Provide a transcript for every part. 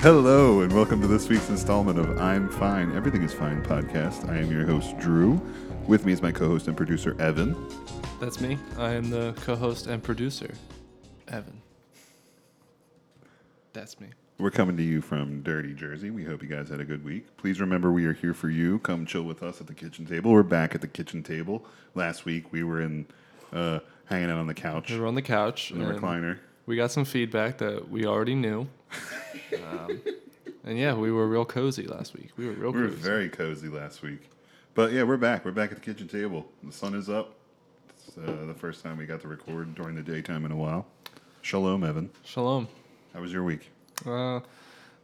Hello, and welcome to this week's installment of I'm Fine, Everything is Fine podcast. I am your host, Drew. With me is my co host and producer, Evan. That's me. I am the co-host and producer, Evan. That's me. We're coming to you from Dirty Jersey. We hope you guys had a good week. Please remember we are here for you. Come chill with us at the kitchen table. We're back at the kitchen table. Last week we were in uh, hanging out on the couch We in were on the couch. the and recliner. We got some feedback that we already knew. Um, and yeah, we were real cozy last week. We were real We were cozy. very cozy last week. But yeah, we're back. We're back at the kitchen table. The sun is up. It's uh, the first time we got to record during the daytime in a while. Shalom, Evan. Shalom. How was your week? Uh,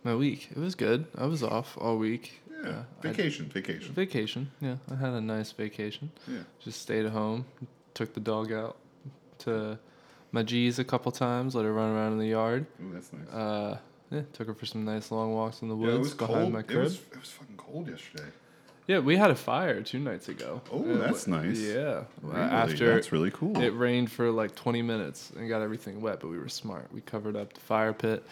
my week. It was good. I was off all week. Yeah, Uh, I- vacation, vacation. vacation. Yeah, I had a nice vacation. yeah, Just stayed at home. Took the dog out to my G's a couple times. Let her run around in the yard. Ooh, that's nice. Uh, yeah, took her for some nice long walks in the yeah, it woods was behind cold. my It crib. was, it was fucking cold yesterday. Yeah, we had a fire two nights ago. Oh, It that's wa- nice. Yeah. Uh, Really, After that's really cool. it rained for like 20 minutes and got everything wet, but we were smart. We covered up the fire pit,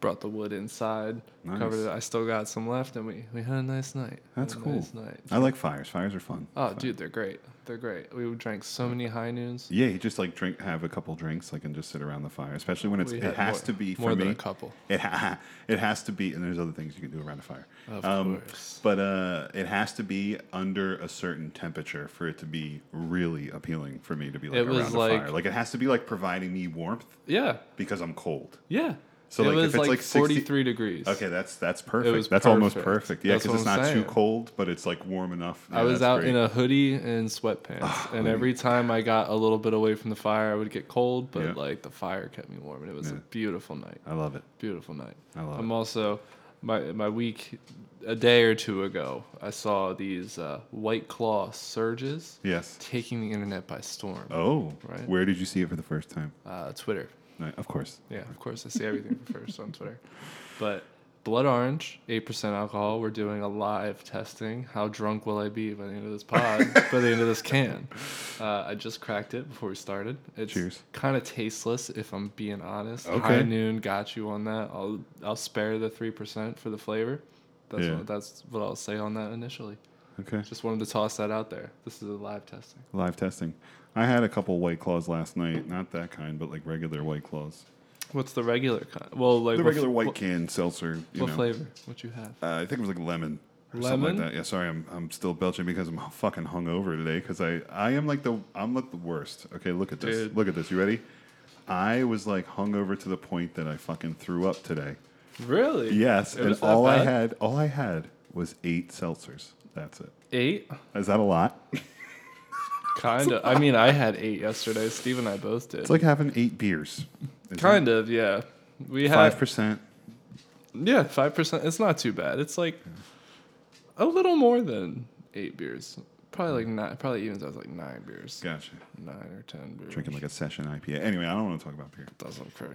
brought the wood inside, Nice. covered it. I still got some left, and we, we had a nice night. That's Had a cool. Nice night. I like fires. Fires are fun. Oh, Fun. dude, they're great. They're great. We drank so many high noons. Yeah, you just like drink, have a couple drinks, like, and just sit around the fire. Especially when it's We it had has more- to be for more me. than a couple. It ha- it has to be, and there's other things you can do around a fire. Um, Of course. But uh, it has to be under a certain temperature for it to be really appealing for me to be like It was around a like- fire. Like it has to be like providing me warmth Yeah. because I'm cold. Yeah. So, it like, if was it's, like, like, 60 43 degrees. Okay, that's that's perfect. was that's almost perfect. perfect. Yeah, That's because what it's I'm not saying. too cold, but it's like warm enough. I was out in a hoodie and sweatpants, Ah, and every time I got a little bit away from the fire, I would get cold, but Yeah. like the fire kept me warm, and it was a Yeah. beautiful night. I love it. Beautiful night. I love I'm also my my week a day or two ago, I saw these uh, white claw surges Yes. taking the internet by storm. Oh, Right. where did you see it for the first time? Uh, Twitter, No, of course. yeah, of course I see everything first on Twitter, but. Blood Orange, 8% alcohol. We're doing a live testing. How drunk will I be by the end of this pod, by the end of this can? Uh, I just cracked it before we started. It's Cheers. kind of tasteless, if I'm being honest. High Okay. Noon got you on that. I'll, I'll spare the 3% for the flavor. That's, Yeah. what, that's what I'll say on that initially. Okay. Just wanted to toss that out there. This is a live testing. Live testing. I had a couple white claws last night. Not that kind, but like regular white claws. What's the regular kind? Well, like The what- regular white What, can seltzer. You what know. flavor? What you have? Uh, I think it was like lemon. Or Something Lemon? like that. Yeah, sorry, I'm, I'm still belching because I'm fucking hungover today. Because I, I am like the I'm like the worst. Okay, look at this. Dude. Look at this. You ready? I was like hungover to the point that I fucking threw up today. Really? Yes, It and was that all I bad? had, all I had was eight seltzers. That's it. Eight? Is that a lot? Kind of. I mean, I had eight yesterday. Steve and I both did. It's like having eight beers. kind of, yeah. We had Five percent. yeah, five percent. It's not too bad. It's like a little more than eight beers. Probably like nine. Probably evens out to like nine beers. Gotcha. Nine or ten beers. Drinking like a session IPA. Anyway, I don't want to talk about beer. doesn't occur.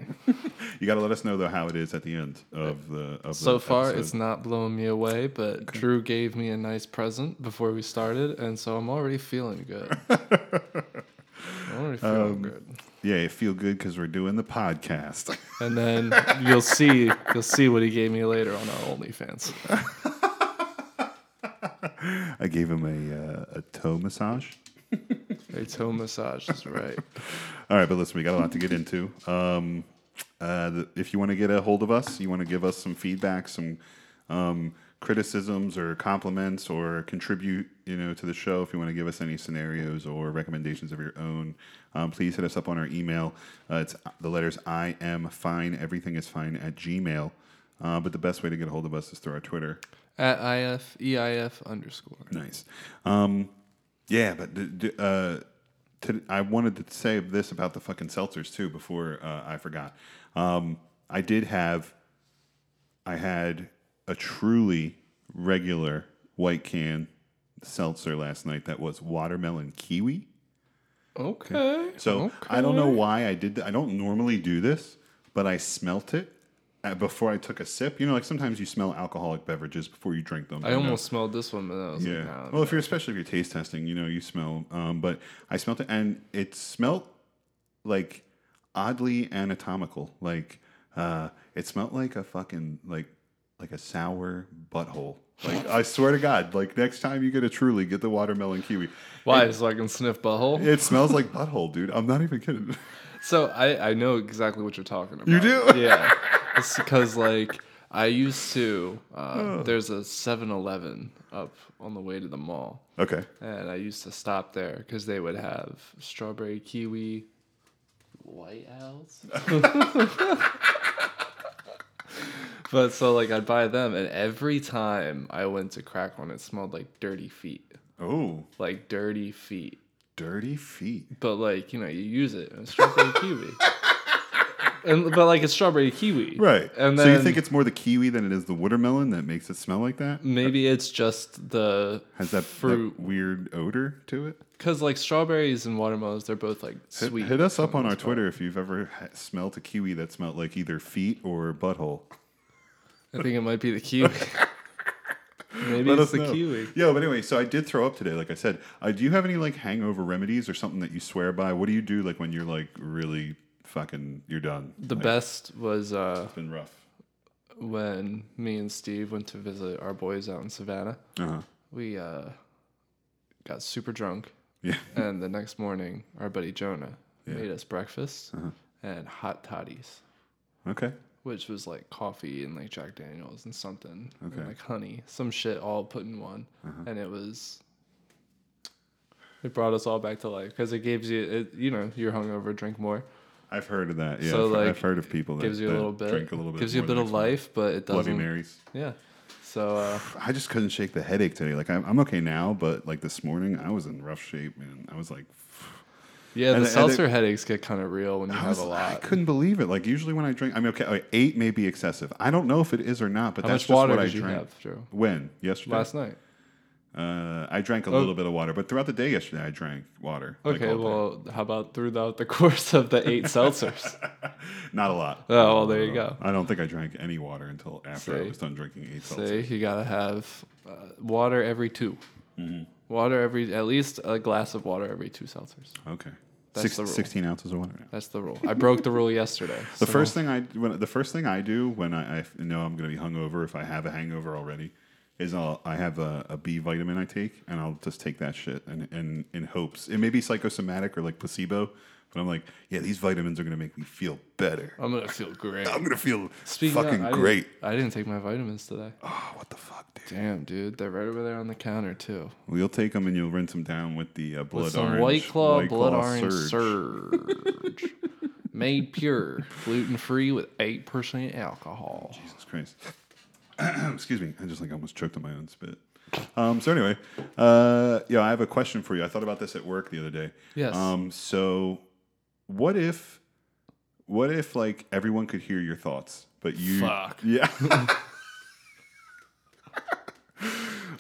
You got to let us know though how it is at the end of the. Of So the far, episode. it's not blowing me away, but Drew gave me a nice present before we started, and so I'm already feeling good. I'm already feeling Um, good. Yeah, it feel good because we're doing the podcast. And then you'll see, you'll see what he gave me later on our OnlyFans. I gave him a uh, a toe massage. A toe massage is right. All right, but listen, we got a lot to get into. Um, uh, the, if you want to get a hold of us, you want to give us some feedback, some um, criticisms or compliments, or contribute, you know, to the show. If you want to give us any scenarios or recommendations of your own, um, please hit us up on our email. Uh, it's the letters I am fine. Everything is fine at Gmail. Uh, but the best way to get a hold of us is through our Twitter. At IF EIF underscore. Nice. Um, yeah, but d- d- uh, to, I wanted to say this about the fucking seltzers too before uh, I forgot. Um, I did have, I had a truly regular white can seltzer last night that was watermelon kiwi. Okay. So I don't know why I did that. I don't normally do this, but I smelt it uh, before I took a sip. You know, like sometimes you smell alcoholic beverages before you drink them. I you know? almost smelled this one, but I was Yeah. like, nah, well, if you're especially if you're taste testing, you know you smell. Um, but I smelt it, and it smelt like oddly anatomical. Like uh, it smelt like a fucking like like a sour butthole. Like I swear to God, like next time you get a Truly, get the watermelon kiwi. Why? So I can sniff butthole. It smells like butthole, dude. I'm not even kidding. So I I know exactly what you're talking about. You do? Yeah. It's because like I used to. Uh, Oh. There's a 7-Eleven up on the way to the mall, Okay. and I used to stop there because they would have strawberry kiwi. White owls. but so like I'd buy them, and every time I went to crack one, it smelled like dirty feet, Oh, like dirty feet. dirty feet. But like, you know, you use it and it's strawberry kiwi. And but like it's strawberry kiwi. Right. And so then you think it's more the kiwi than it is the watermelon that makes it smell like that? maybe it's just the Has that, fruit that weird odor to it? cuz like strawberries and watermelons they're both like Hit- sweet. Hit us up on our Twitter if you've ever ha- smelled a kiwi that smelled like either feet or butthole. I think it might be the kiwi. maybe Let it's us the know. kiwi. Yo, but anyway, so I did throw up today. Like I said, uh, do you have any like hangover remedies or something that you swear by? What do you do like when you're like really fucking you're done? The best was uh It's been rough. when me and Steve went to visit our boys out in Savannah. Uh huh. We uh got super drunk Yeah. and the next morning our buddy Jonah made us breakfast Uh-huh. and hot toddies. Okay. which was like coffee and like Jack Daniels and something, and like honey, some shit all put in one, Uh-huh. and it was. It brought us all back to life because it gives you, it, you know, you're hungover, drink more, I've heard of that. Yeah. So, I've, like, I've heard of people that gives you a that little bit, drink a little bit, gives you a more the bit of next morning. life, but it Bloody doesn't. Marys. Yeah, so uh, I just couldn't shake the headache today. Like I'm, I'm okay now, but like this morning I was in rough shape, man. I was like, And yeah, the the- and the- seltzer headaches get kind of real when you I, have was, a I lot. couldn't believe it. Like usually when I drink, I mean, okay, like, eight may be excessive. I don't know if it is or not, but How that's much just water what did I you drank. have, Drew? When yesterday, Last night. uh, I drank a little bit of water, but throughout the day yesterday I drank water. like, Okay, all day. well, how about throughout the course of the eight seltzers? not a lot. Oh, well, there you go. I don't think I drank any water until after I See? was done drinking eight seltzer. say you gotta have uh, water every 2 Mm-hmm. Water every at least a glass of water every two seltzers. Okay, That's Six, the rule. sixteen ounces of water. Now. That's the rule. I broke the rule yesterday. The first thing I when the first thing I do when I, I f- know I'm going to be hungover if I have a hangover already is I'll I have a, a B vitamin I take and I'll just take that shit and and in hopes it may be psychosomatic or like placebo, but I'm like yeah these vitamins are going to make me feel better. I'm gonna feel great. I'm going to feel Speaking of, fucking I didn't- great. I didn't take my vitamins today. Oh, what the fuck, dude? Damn, dude, they're right over there on the counter too. We'll take them and you'll rinse them down with the uh, blood With some orange, White Claw, White Blood Claw Orange Surge, made pure, gluten free with eight percent alcohol. Jesus Christ. Excuse me. I just like almost choked on my own spit. Um, so anyway, uh, yeah, I have a question for you. I thought about this at work the other day. Yes. Um, so what if, what if like everyone could hear your thoughts, but you, Fuck. yeah.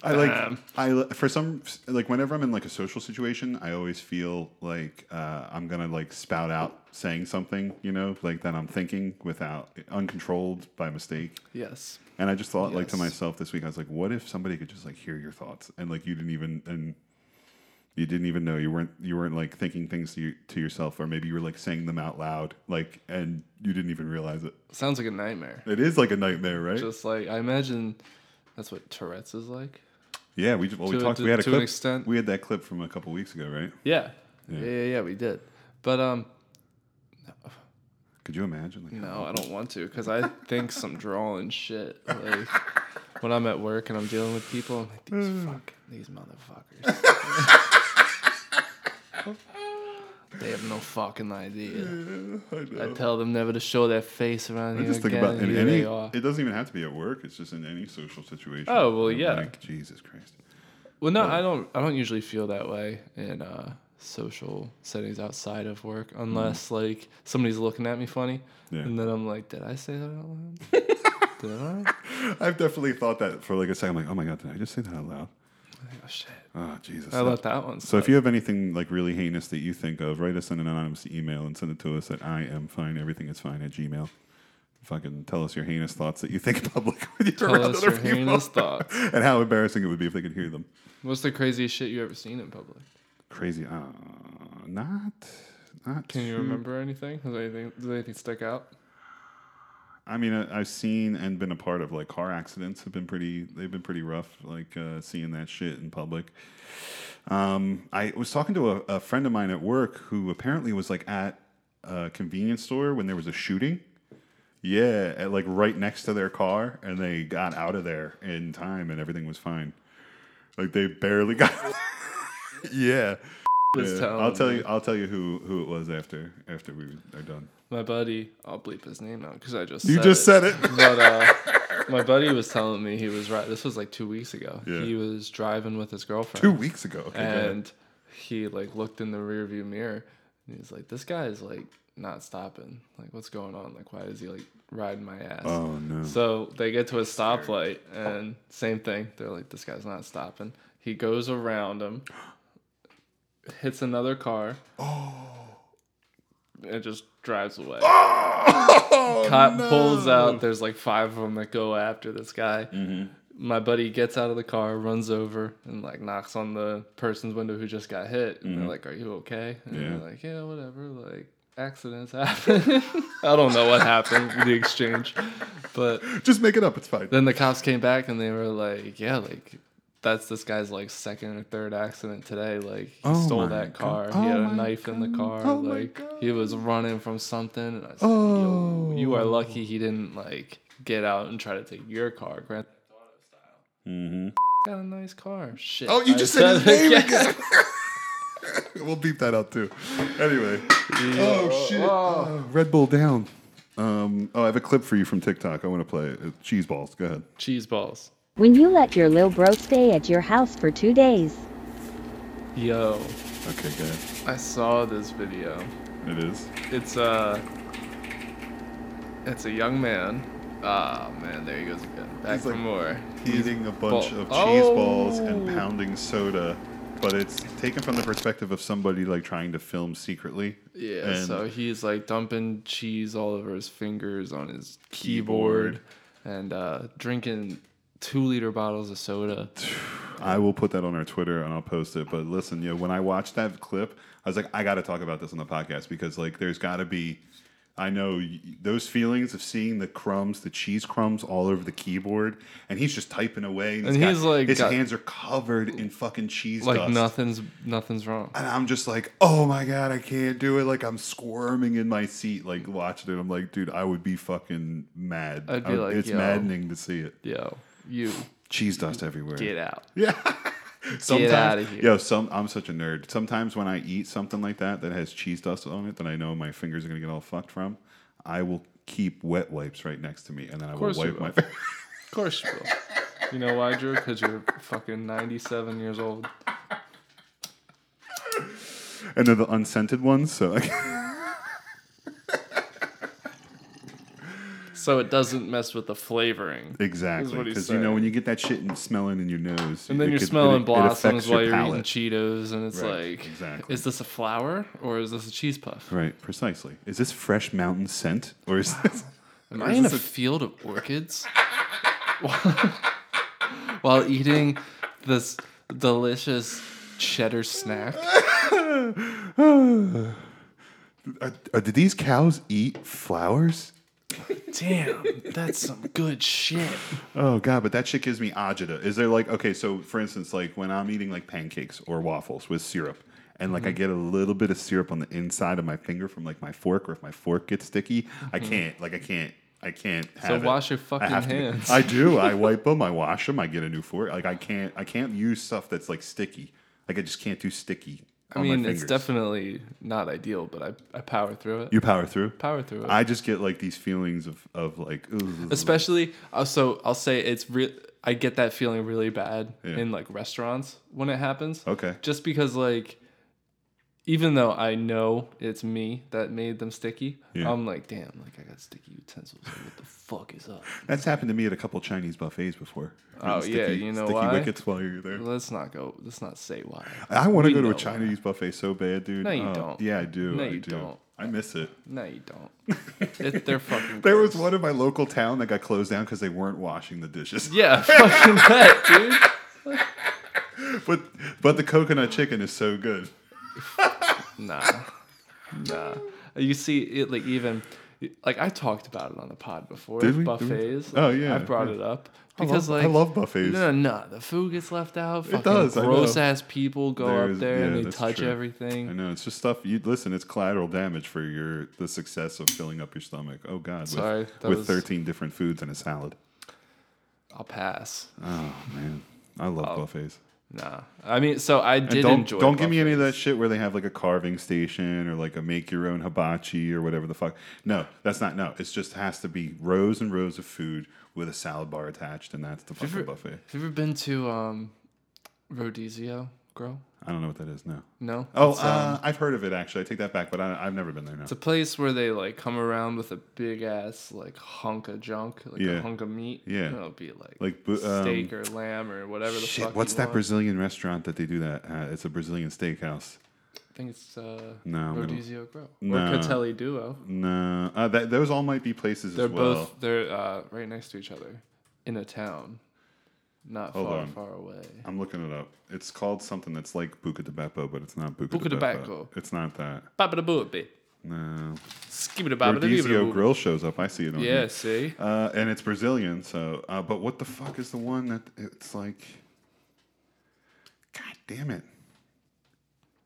I like Damn. I li- for some like whenever I'm in like a social situation, I always feel like uh, I'm gonna like spout out saying something, you know, like that I'm thinking without uncontrolled by mistake. Yes. And I just thought, like, to Yes. myself this week, I was like, what if somebody could just like hear your thoughts and like you didn't even and you didn't even know you weren't you weren't like thinking things to, you, to yourself or maybe you were like saying them out loud like and you didn't even realize it. Sounds like a nightmare. It is like a nightmare, right? Just like I imagine, that's what Tourette's is like. yeah, we just well, we to- talked. to- we had a to an clip. extent. We had that clip from a couple weeks ago, right? Yeah. Yeah, yeah, yeah, we did. But um Could you imagine? Like, no, I don't want to cuz I think some drawing shit like when I'm at work and I'm dealing with people, I'm like these Mm. fuck these motherfuckers. they have no fucking idea. I know. I tell them never to show their face around I here just think again. about in here any. they are. It doesn't even have to be at work. It's just in any social situation. Oh, well, I'm yeah. Like, Jesus Christ. Well, no, I don't. I don't usually feel that way in uh, social settings outside of work, unless like somebody's looking at me funny, Mm. Yeah. and then I'm like, "Did I say that out loud? did I? I've definitely thought that for like a second. I'm like, oh my god, did I just say that out loud? Oh shit! Oh Jesus. I let that one. So if you have anything like really heinous that you think of, write us an anonymous email and send it to us at I am fine, everything is fine at Gmail. Fucking tell us your heinous thoughts that you think in public when you're tell around us other your people. heinous thoughts. and how embarrassing it would be if they could hear them. What's the craziest shit you ever seen in public? Crazy. Uh, not not Can you too- Hmm. remember anything? Does anything does anything stick out? I mean, I- I've seen and been a part of like car accidents have been pretty. They've been pretty rough. Like uh, seeing that shit in public. Um, I was talking to a, a friend of mine at work who apparently was like at a convenience store when there was a shooting. Yeah, at, like right next to their car, and they got out of there in time, and everything was fine. Like they barely got. yeah. Was Yeah. telling I'll tell me. you. I'll tell you who who it was after after we are done. My buddy, I'll bleep his name out because I just You said just it. said it. but uh, my buddy was telling me he was right. This was like two weeks ago. Yeah. He was driving with his girlfriend, Two weeks ago. Okay, go ahead. and he like looked in the rearview mirror, and he's like, "This guy is like not stopping. Like, what's going on? Like, why is he like riding my ass?" Oh no. So they get to a stoplight, and same thing. They're like, "This guy's not stopping." He goes around him, hits another car, and just drives away. Oh, Cop no. pulls out. There's like five of them that go after this guy. Mm-hmm. My buddy gets out of the car, runs over, and like knocks on the person's window who just got hit. And they're like, "Are you okay?" And Mm-hmm. Yeah. they're like, "Yeah, whatever. Like accidents happen. I don't know what happened in the exchange, but Just make it up. It's fine. then the cops came back and they were like, "Yeah, like." That's this guy's like second or third accident today. Like he Oh stole my that car. God. he had Oh a my knife in the car. God. Oh my like God. he was running from something. And I was like, Oh. you are lucky he didn't like get out and try to take your car, Grant. Mm-hmm. Got a nice car. Shit. Oh, you I just said his name Yeah. again. we'll beep that out too. Anyway. Oh shit. Uh, Red Bull down. Um, oh, I have a clip for you from TikTok. I want to play it. It's Cheese balls. Go ahead. Cheese balls. When you let your lil bro stay at your house for two days. Yo, Okay, go ahead. I saw this video. It is. It's uh it's a young man. Ah man, there he goes again. Back He's for like- more. eating a bunch Ball- of cheese Oh. balls and pounding soda, but it's taken from the perspective of somebody like trying to film secretly. Yeah, And- so he's like dumping cheese all over his fingers on his keyboard, Keyboard. and uh, drinking two liter bottles of soda. I will put that on our Twitter and I'll post it. But listen, you know, when I watched that clip, I was like, I got to talk about this on the podcast because like, there's got to be. I know y- those feelings of seeing the crumbs, the cheese crumbs all over the keyboard, and he's just typing away. And, And got- he's, like, his got- hands are covered in fucking cheese Like dust. nothing's nothing's wrong. and I'm just like, oh my god, I can't do it. Like I'm squirming in my seat, like watching it. I'm like, dude, I would be fucking mad. I'd be I would- like, it's yo. maddening to see it. Yo, you Cheese dust everywhere. get out. Sometimes, outta here. Yo, some I'm such a nerd. Sometimes when I eat something like that that has cheese dust on it that I know my fingers are gonna get all fucked from, I will keep wet wipes right next to me, and then I will course you wipe my. will. Of course you will. You know why, Drew? Because you're fucking 97 years old. and they're the unscented ones, so I, So it doesn't mess with the flavoring. exactly what he's because you know saying. when you get that shit and smelling in your nose, And then it you're could- it- smelling it affects blossoms your while you're eating palate. Cheetos, and it's Right, like, exactly. is this a flower or is this a cheese puff? Right, precisely. Is this fresh mountain scent or is this Am I in a field of orchids while eating this delicious cheddar snack? are, are, do uh, these cows eat flowers? Damn, that's some good shit. Oh god, but that shit gives me agita. Is there like okay, so for instance, like when I'm eating like pancakes or waffles with syrup and like I Mm-hmm. get a little bit of syrup on the inside of my finger from like my fork or if my fork gets sticky, I can't like I can't I can't have it. Mm-hmm. wash your fucking I have to get- hands. I do. I wipe them, I wash them, I get a new fork. Like I can't I can't use stuff that's like sticky. Like I just can't do sticky. I on my mean, it's fingers. definitely not ideal, but I, I power through it. You power through. power through it. I just get like these feelings of of like ooh, Especially, uh, so I'll say it's real. I get that feeling really bad in like restaurants when it happens. okay. just because like even though I know it's me that made them sticky, Yeah. I'm like, damn, like I got sticky utensils. Like, what the fuck is up? That's happened to me at a couple Chinese buffets before. Oh, yeah, you know sticky why? wickets while you're there. Let's not go. Let's not say why. I want to We go to a know. Chinese buffet so bad, dude. No, you Oh, don't. Yeah, I do. No, I you do. don't. I miss it. No, you don't. It, they're fucking. There was gross. one in my local town that got closed down because they weren't washing the dishes. Yeah, fucking that, dude. but but the coconut chicken is so good. Nah, nah. You see, it like even like I talked about it on the pod before. Did we? Did we? Buffets. Oh, like, yeah, I brought yeah. it up I love- because I like love buffets. No, no, no, the food gets left out. Fucking does, I know. Gross ass people go There's- up there yeah, and they that's touch true. I everything. know it's just stuff. You listen. It's collateral damage for your the success of filling up your stomach. Oh God! Sorry, with, that with was- thirteen different foods and a salad. I'll pass. Oh man, I love Oh. buffets. Nah, I mean, so I did And don't enjoy. don't give me any of that buffets. shit where they have like a carving station or like a make your own hibachi or whatever the fuck. No, that's not. No, it's just has to be rows and rows of food with a salad bar attached, and that's the fucking buffet. Have you ever been to um, Rodizio, Grill? I don't know what that is. No. No. Oh, It's, um, uh, I've heard of it actually. I take that back, but I, I've never been there. No. It's a place where they like come around with a big ass like hunk of junk, like Yeah. a hunk of meat. Yeah. and it'll be like Like, bu- um, steak or lamb or whatever the Shit, fuck. what's you that want. Brazilian restaurant that they do that? Uh, it's a Brazilian steakhouse. I think it's uh, No, I'm gonna- Rodizio Grill Nah. or Catelli Duo. No, uh, that, those all might be places They're as well. both they're uh, right next to each other in a town, not Hold far on. far away. I'm looking it up. It's called something that's like Buca de Beppo, but it's not Buca, Buca de de Beppo. Beppo. It's not that. Baba da booby, No. skibba baba da Rodizio Grill shows up. I see it on here. Yeah, see, Uh, and it's Brazilian, so. Uh, but what the fuck is the one that it's like? God damn it!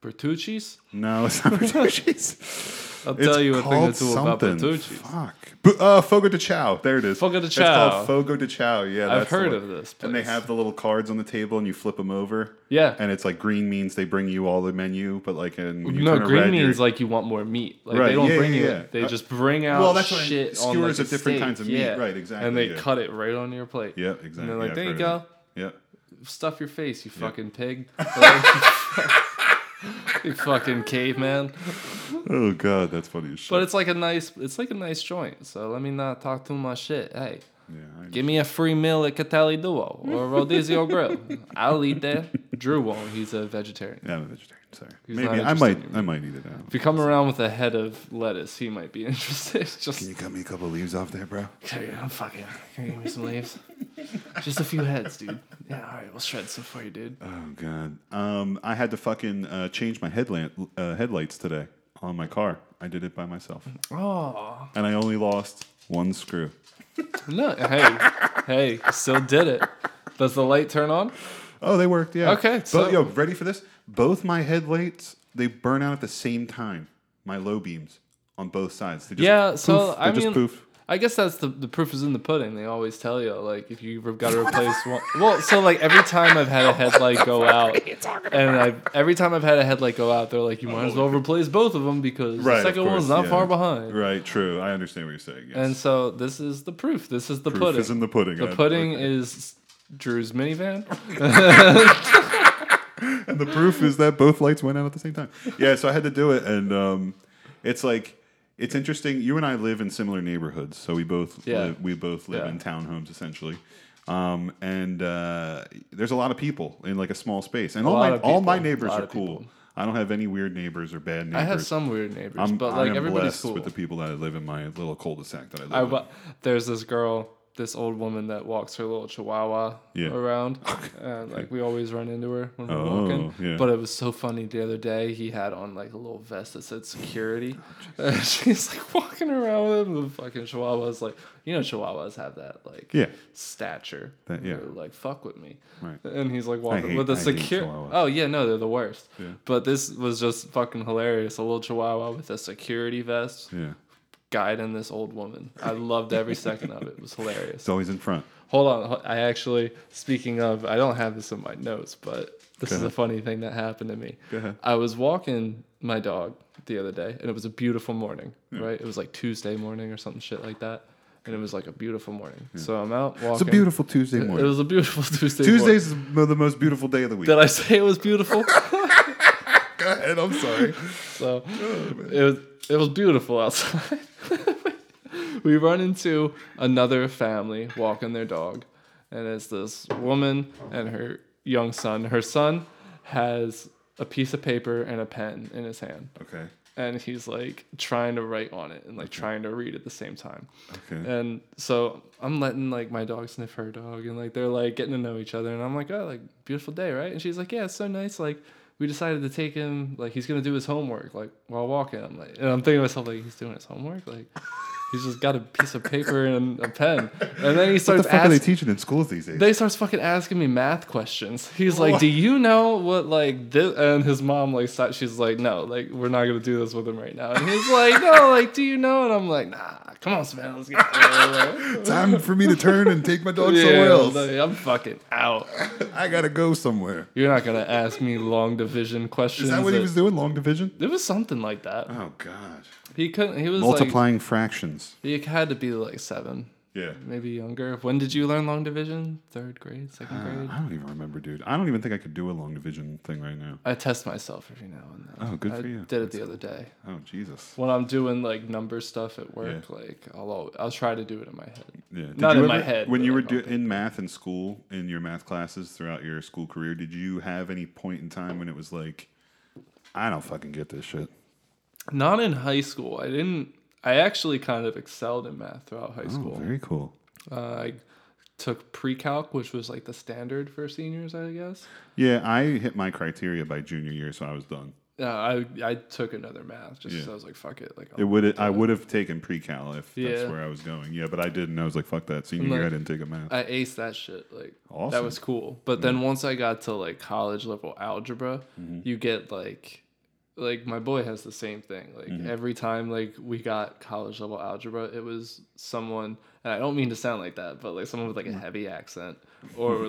Bertucci's. No, it's not Bertucci's. I'll It's tell you a thing or called two about something. Bertucci's. Fuck. Bu- uh, Fogo de Chao. There it is. Fogo de It's Chao. called Fogo de Chao. Yeah, I've that's the heard one. of this And they place. have the little cards on the table, and you flip them over. Yeah. And it's like green means they bring you all the menu, but like in when you no, turn it green red, you're- means like you want more meat. Like Right, they don't yeah, bring yeah, you. yeah. They Uh, just bring out well, that's what I- shit on, skewers of like, a different steak, kinds of meat, yeah. right, exactly, And they yeah. cut it right onto your plate. Yeah, exactly. And they're like, yeah, I've there you heard go. of it. Yeah. Stuff your face, you fucking pig. Like, you fucking caveman. Oh god, that's funny as shit. But it's like a nice, it's like a nice joint. So let me not talk too much shit. Hey, yeah, I- give me a free meal at Catelli Duo or Rodizio Grill. I'll eat that. Drew won't. He's a vegetarian. yeah, I'm a vegetarian. Sorry. He's Maybe not I might. interested I might eat it out. If you come around with a head of lettuce, he might be interested. Just Can you cut me a couple leaves off there, bro? Okay, I'm fucking. Can you give me some leaves? Just a few heads, dude. Yeah, all right, we'll shred some for you, dude. Oh god. Um, I had to fucking uh, change my headlamp uh, headlights today on my car. I did it by myself, Oh and I only lost one screw. no! Hey, hey, still did it. Does the light turn on? Oh, they worked. Yeah. Okay, But so- yo, ready for this? Both my headlights they burn out at the same time. My low beams on both sides. They just yeah. So poof. They I just mean, poof. I guess that's the the proof is in the pudding. They always tell you like if you've got to replace one. Well, so like every time I've had a headlight go out, and I every time I've had a headlight go out, they're like, you might as well replace both of them because the of second course, one's not yeah. far behind. Right. True. I understand what you're saying. Yes. And so this is the proof. This is the Proof pudding. is in the pudding. The I- pudding is Drew's minivan. And the proof is that both lights went out at the same time. Yeah, so I had to do it, and um, it's like it's interesting. You and I live in similar neighborhoods, so we both Yeah. live, we both live Yeah. in townhomes essentially. Um, and uh, there's a lot of people in like a small space, and all lot my of all my people. neighbors Lot are of cool. people. I don't have any weird neighbors or bad neighbors. I have some weird neighbors, I'm, but I like am everybody's blessed cool. with the people that I live in my little cul-de-sac that I live I in. wa- there's this girl, this old woman that walks her little chihuahua Yeah. around, and like we always run into her when we're Oh, walking. yeah. But it was so funny the other day. He had on like a little vest that said security. Oh, and she's like walking around with him. The fucking chihuahuas, like you know, chihuahuas have that like Yeah. stature. That- yeah. They're like fuck with me. Right. And he's like walking hate- with a I hate secure. chihuahuas. Oh yeah, no, they're the worst. But this was just fucking hilarious. A little chihuahua with a security vest Yeah, guiding this old woman. I loved every second of it. It was hilarious. it's always in front. Hold on. I actually, speaking of, I don't have this in my notes, but this Go is a ahead. funny thing that happened to me. Go ahead. I was walking my dog the other day, and it was a beautiful morning, right? It was like Tuesday morning or something shit like that. And it was like a beautiful morning. So I'm out walking. It's a beautiful Tuesday It morning. was a beautiful Tuesday. morning. Tuesdays is mo- the most beautiful day of the week. Did I say it was beautiful? Go ahead. I'm sorry. So it was it was beautiful outside. we run into another family walking their dog, and it's this woman and her young son. Her son has a piece of paper and a pen in his hand, Okay. and he's like trying to write on it and like trying to read at the same time. Okay. And so I'm letting like my dog sniff her dog, and like they're like getting to know each other, and I'm like, oh, like beautiful day, right? And she's like, yeah, it's so nice. Like we decided to take him, like he's gonna do his homework, like while walking. I'm like, and I'm thinking to myself, like he's doing his homework, like He's just got a piece of paper and a pen, and then What he the starts fuck are they asking. teaching in schools these days? They starts fucking asking me math questions. He's like, "Do you know what like this?" And his mom like, sat, she's like, "No, like we're not gonna do this with him right now." And he's like, "No, like do you know?" And I'm like, "Nah, come on, Savannah, let's get it." Time for me to turn and take my dog yeah, somewhere else. like, I'm fucking out. I gotta go somewhere. You're not gonna ask me long division questions. Is that what he was doing? Long division? It was something like that. Oh god. He couldn't. He was like, Multiplying fractions. he had to be like seven. Yeah. maybe younger. When did you learn long division? Third grade, second grade. I don't even remember, dude. I don't even think I could do a long division thing right now. I test myself every now and then. Oh, good I for you. Did it the other day Oh Jesus. when I'm doing like number stuff at work. Like I'll al- I'll try to do it in my head. Yeah. Did Not you in my ever- head, When but you I were don't do- in math in school, in your math classes throughout your school career, did you have any point in time when it was like, I don't fucking get this shit? Not in high school. I didn't. I actually kind of excelled in math throughout high Oh, school. very cool. uh, I took pre-calc, which was like the standard for seniors, I guess. Yeah, I hit my criteria by junior year, so I was done. Uh, I I took another math just 'cause Yeah. I was like, fuck it, like It would I would have taken pre-cal if Uh, Yeah. that's where I was going. Yeah, but I didn't. I was like, fuck that. Senior year, I Like- uh, didn't take a math. I aced that shit. Like that Awesome. was cool. But then once I got to like college level algebra, Mm-hmm. you get like like my boy has the same thing. Like Mm-hmm. every time like we got college level algebra, it was someone and I don't mean to sound like that, but like someone with like Mm. a heavy accent or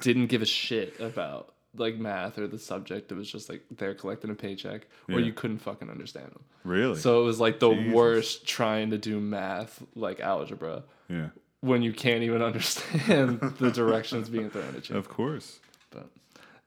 didn't give a shit about like math or the subject. It was just like they're collecting a paycheck or Yeah. you couldn't fucking understand them. really? So it was like the Jesus. worst trying to do math like algebra yeah, when you can't even understand the directions being thrown at you. of course. But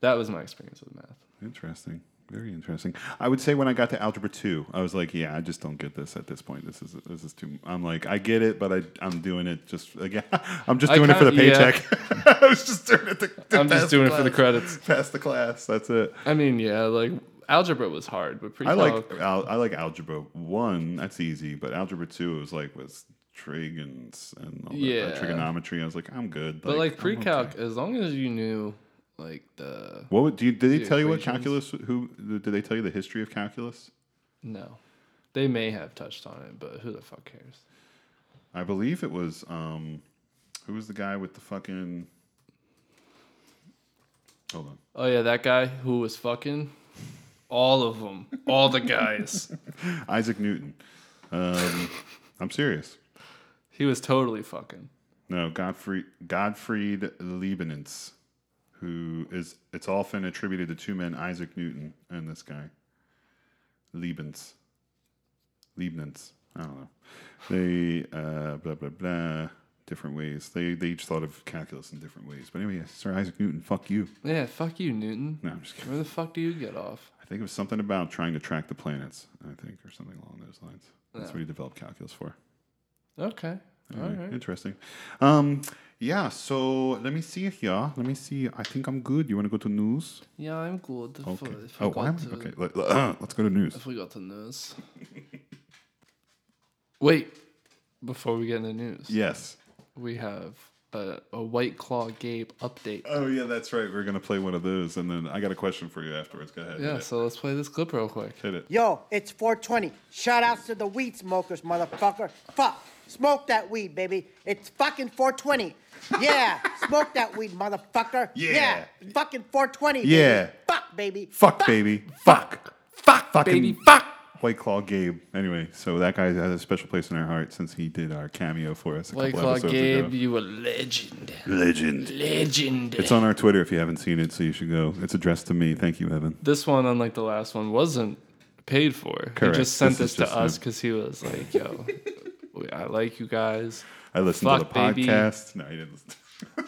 that was my experience with math. Interesting. Very interesting. I would say when I got to algebra two, I was like, yeah, I just don't get this at this point. This is this is too. I'm like, I get it, but I I'm doing it just again. I'm just I doing it for the kinda- yeah. paycheck. I was just doing it. To, to I'm just pass doing it for the class. credits. Pass the class. That's it. I mean, yeah, like algebra was hard, but pre I like al- I like algebra one. That's easy, but algebra two it was like was trig and s- and all that, Yeah. uh, trigonometry. I was like, I'm good. but like I'm pre calc, okay. as long as you knew like the What would, do you, did they the tell you what equations. calculus? Who did they tell you the history of calculus? no, they may have touched on it, but who the fuck cares? I believe it was um who was the guy with the fucking Hold on. Oh yeah, that guy who was fucking all of them, all the guys. Isaac Newton. Um I'm serious. he was totally fucking. No, Godfrey Gottfried Leibniz, who is it's often attributed to two men, Isaac Newton and this guy. Leibniz. Leibniz. I don't know. They uh blah blah blah. Different ways. They they each thought of calculus in different ways. But anyway, Sir Isaac Newton, fuck you. Yeah, fuck you, Newton. No, I'm just kidding. Where the fuck do you get off? I think it was something about trying to track the planets, I think, or something along those lines. That's Yeah. what he developed calculus for. Okay, all Anyway, right. Mm, Interesting. Um, yeah, so let me see here. Let me see. I think I'm good. You want to go to news? Yeah, I'm good. Okay. For, Oh, why am I? Okay, let, us go to news. I forgot the news. Wait, before we get into news, Yes. we have a, a White Claw Gabe update. Oh, yeah, that's right. We're going to play one of those. And then I got a question for you afterwards. Go ahead. yeah, so let's play this clip real quick. Hit it. Yo, it's 420. Shout outs to the weed smokers, motherfucker. Fuck. Smoke that weed, baby. It's fucking 420. Yeah. Smoke that weed, motherfucker. Yeah. It's Fucking 420. Yeah. Baby. Fuck, baby. Fuck, baby. Fuck. Fuck, fucking baby. Fuck. White Claw Gabe. Anyway, so that guy has a special place in our heart since he did our cameo for us a White couple Claw episodes Gabe, ago. you a legend. Legend. Legend. It's on our Twitter if you haven't seen it, so you should go. It's addressed to me. Thank you, Evan. this one, unlike the last one, wasn't paid for. Correct. He just sent This this, is just to us him. because he was like, yo, I like you guys. I listened to the Fuck, baby. podcast. No, he didn't. Listen.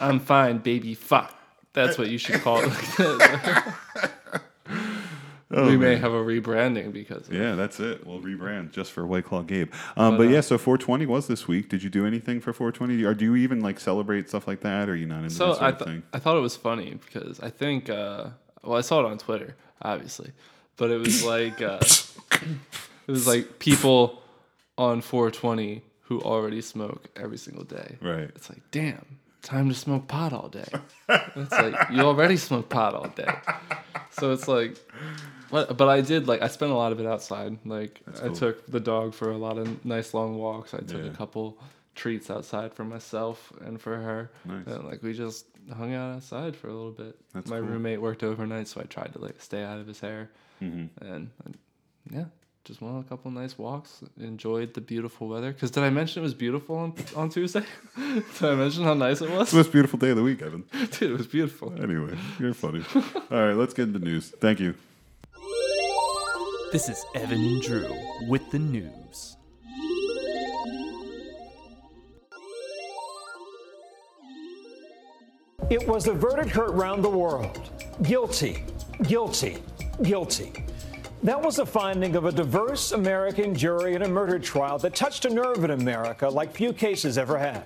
I'm fine, baby. Fuck. That's what you should call it. Oh, we may have a rebranding because of Yeah, that's it. We'll rebrand just for White Claw Gabe. Um, uh, but yeah, so 420 was this week. Did you do anything for 420? Or do you even like celebrate stuff like that? Or are you not into So that sort I, of th- thing? I thought it was funny because I think, uh, well, I saw it on Twitter, obviously, but it was like, uh, it was like people on 420 who already smoke every single day. Right. It's like, damn, time to smoke pot all day. it's like, you already smoke pot all day. So it's like, But, but I did like I spent a lot of it outside. Like I cool. took the dog for a lot of nice long walks. I took Yeah. a couple treats outside for myself and for her. Nice. And like we just hung out outside for a little bit. That's My cool. roommate worked overnight, so I tried to like stay out of his hair. Mm-hmm. And and, yeah, just went on a couple nice walks. Enjoyed the beautiful weather. Cause did I mention it was beautiful on, on Tuesday? did I mention how nice it was? It's the most beautiful day of the week, Evan. Dude, it was beautiful. Anyway, you're funny. All right, let's get into news. Thank you. This is Evan and Drew with the news. It was the verdict heard round the world. Guilty, guilty, guilty. That was the finding of a diverse American jury in a murder trial that touched a nerve in America like few cases ever have.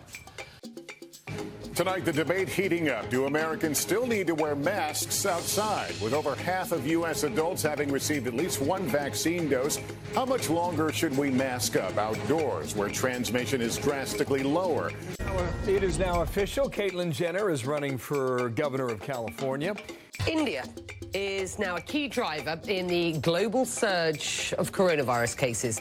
Tonight, the debate heating up. Do Americans still need to wear masks outside? With over half of U.S. adults having received at least one vaccine dose, how much longer should we mask up outdoors where transmission is drastically lower? It is now official. Caitlyn Jenner is running for governor of California. India is now a key driver in the global surge of coronavirus cases.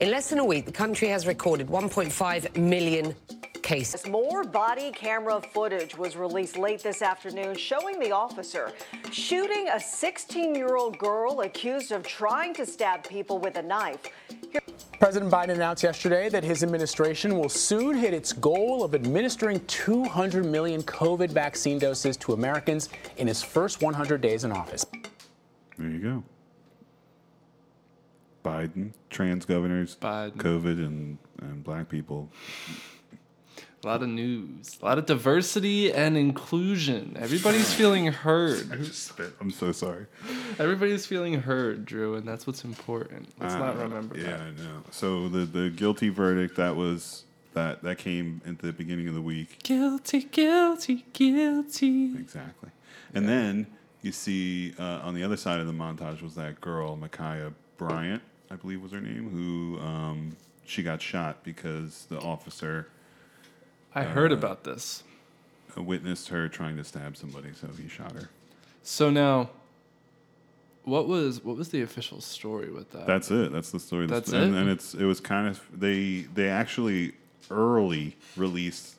In less than a week, the country has recorded 1.5 million cases. More body camera footage was released late this afternoon showing the officer shooting a 16 year old girl accused of trying to stab people with a knife. President Biden announced yesterday that his administration will soon hit its goal of administering 200 million COVID vaccine doses to Americans in his first 100 days in office. There you go. Biden, trans governors, Biden. COVID, and, and black people. A lot of news, a lot of diversity and inclusion. Everybody's feeling heard. just spit. I'm so sorry. Everybody's feeling heard, Drew, and that's what's important. Let's not remember Yeah, that. I know. So the the guilty verdict that was that that came at the beginning of the week. Guilty, guilty, guilty. Exactly. And then you see uh, on the other side of the montage was that girl, Micaiah Bryant, I believe was her name, who um, she got shot because the officer I heard about this. witnessed her trying to stab somebody, so he shot her. So now, what was what was the official story with that? That's it. That's the story. That's and, it? And it's it was kind of they they actually early released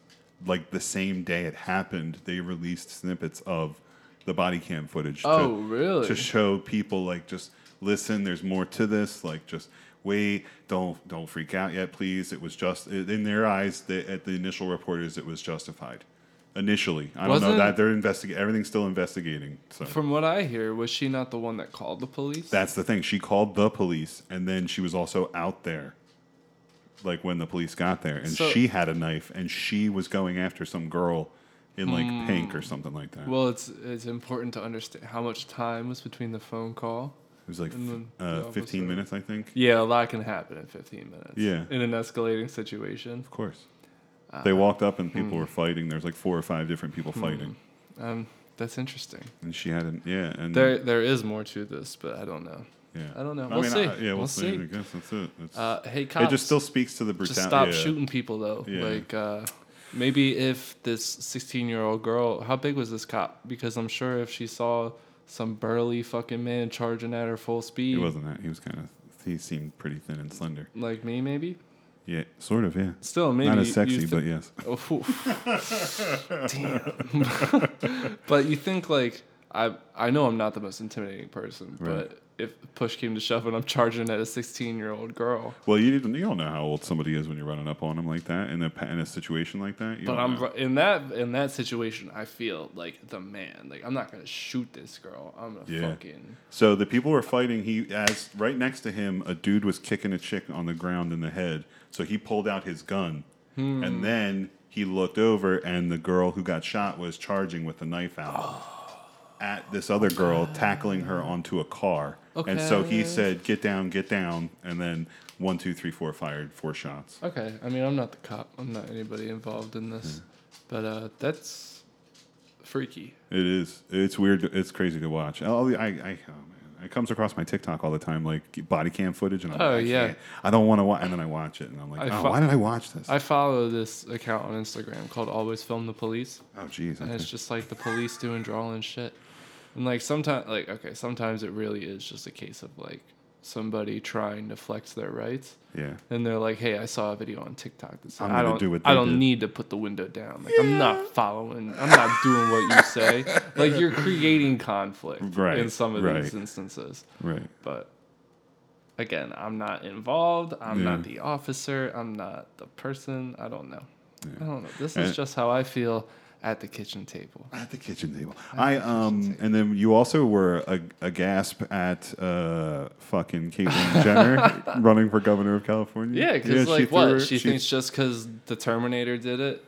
like the same day it happened. They released snippets of the body cam footage. Oh, really? To show people like just listen. There's more to this. Like just wait. Don't don't freak out yet, please. It was just in their eyes. The, at the initial reporters, it was justified. Initially, I don't know Wasn't- that they're investigating. Everything's still investigating. So From what I hear, was she not the one that called the police? that's the thing. She called the police, and then she was also out there, like when the police got there, and So- she had a knife, and she was going after some girl in like pink or something like that. Hmm. well, it's it's important to understand how much time was between the phone call. it was like and f- then uh, the fifteen officer- minutes, I think. Yeah, a lot can happen in 15 minutes. Yeah. In an escalating situation. Of course, Uh, they walked up and hmm. people were fighting. There's like four or five different people fighting, Um, that's interesting. and she had an yeah, and There, there is more to this, but I don't know. yeah. I don't know. We'll see. yeah, we'll, We'll see. see. I guess that's it. It's- Uh, hey, it cops, just still speaks to the brutality. just stop yeah. shooting people though. Yeah. Like, uh, maybe if this 16 year old girl, how big was this cop? Because I'm sure if she saw some burly fucking man charging at her full speed, It wasn't that. He was kind of. He seemed pretty thin and slender. like me, maybe. Yeah, sort of. Yeah. Still, maybe Not you as sexy, thi- but yes. Oh, phew. damn. but you think like I I know I'm not the most intimidating person, Right. but if push came to shove and I'm charging at a 16 year old girl, Well, you didn't. You don't know how old somebody is when you're running up on them like that in a pa- in a situation like that. You but don't I'm know. ru- in that in that situation, I feel like the man. Like I'm not gonna shoot this girl. I'm gonna Yeah. fucking. So the people were fighting. He as right next to him, a dude was kicking a chick on the ground in the head. So he pulled out his gun, Hmm. and then he looked over, and the girl who got shot was charging with a knife out at this other girl, tackling her onto a car. And so he Okay. said, "Get down, get down," and then one, two, three, four fired four shots. Okay, I mean I'm not the cop. I'm not anybody involved in this, but uh, that's freaky. It is. It's weird. It's crazy to watch. All the- I, I, oh man, it comes across my TikTok all the time, like body cam footage, and I'm Oh, like, I yeah. can't. I don't want to watch, and then I watch it, and I'm like, I oh, fo- why did I watch this? I follow this account on Instagram called Always Film the Police. oh, jeez. And okay. it's just like the police doing drawing shit. And like sometimes, like okay, sometimes it really is just a case of like somebody trying to flex their rights. Yeah. And they're like, "Hey, I saw a video on TikTok that said I'm I gonna don't do what I they don't did." need to put the window down. Like I'm not following. I'm not doing what you say. Like you're creating conflict Right, in some of right. these instances. Right. But again, I'm not involved. I'm not Yeah. the officer. I'm not the person. I don't know. I don't know. This And- is just how I feel at the kitchen table. At the kitchen table. I um and then you also were a, a gasp at uh fucking Caitlyn Jenner running for governor of California. Yeah, because she like threw what her- she, thinks just because the Terminator did it,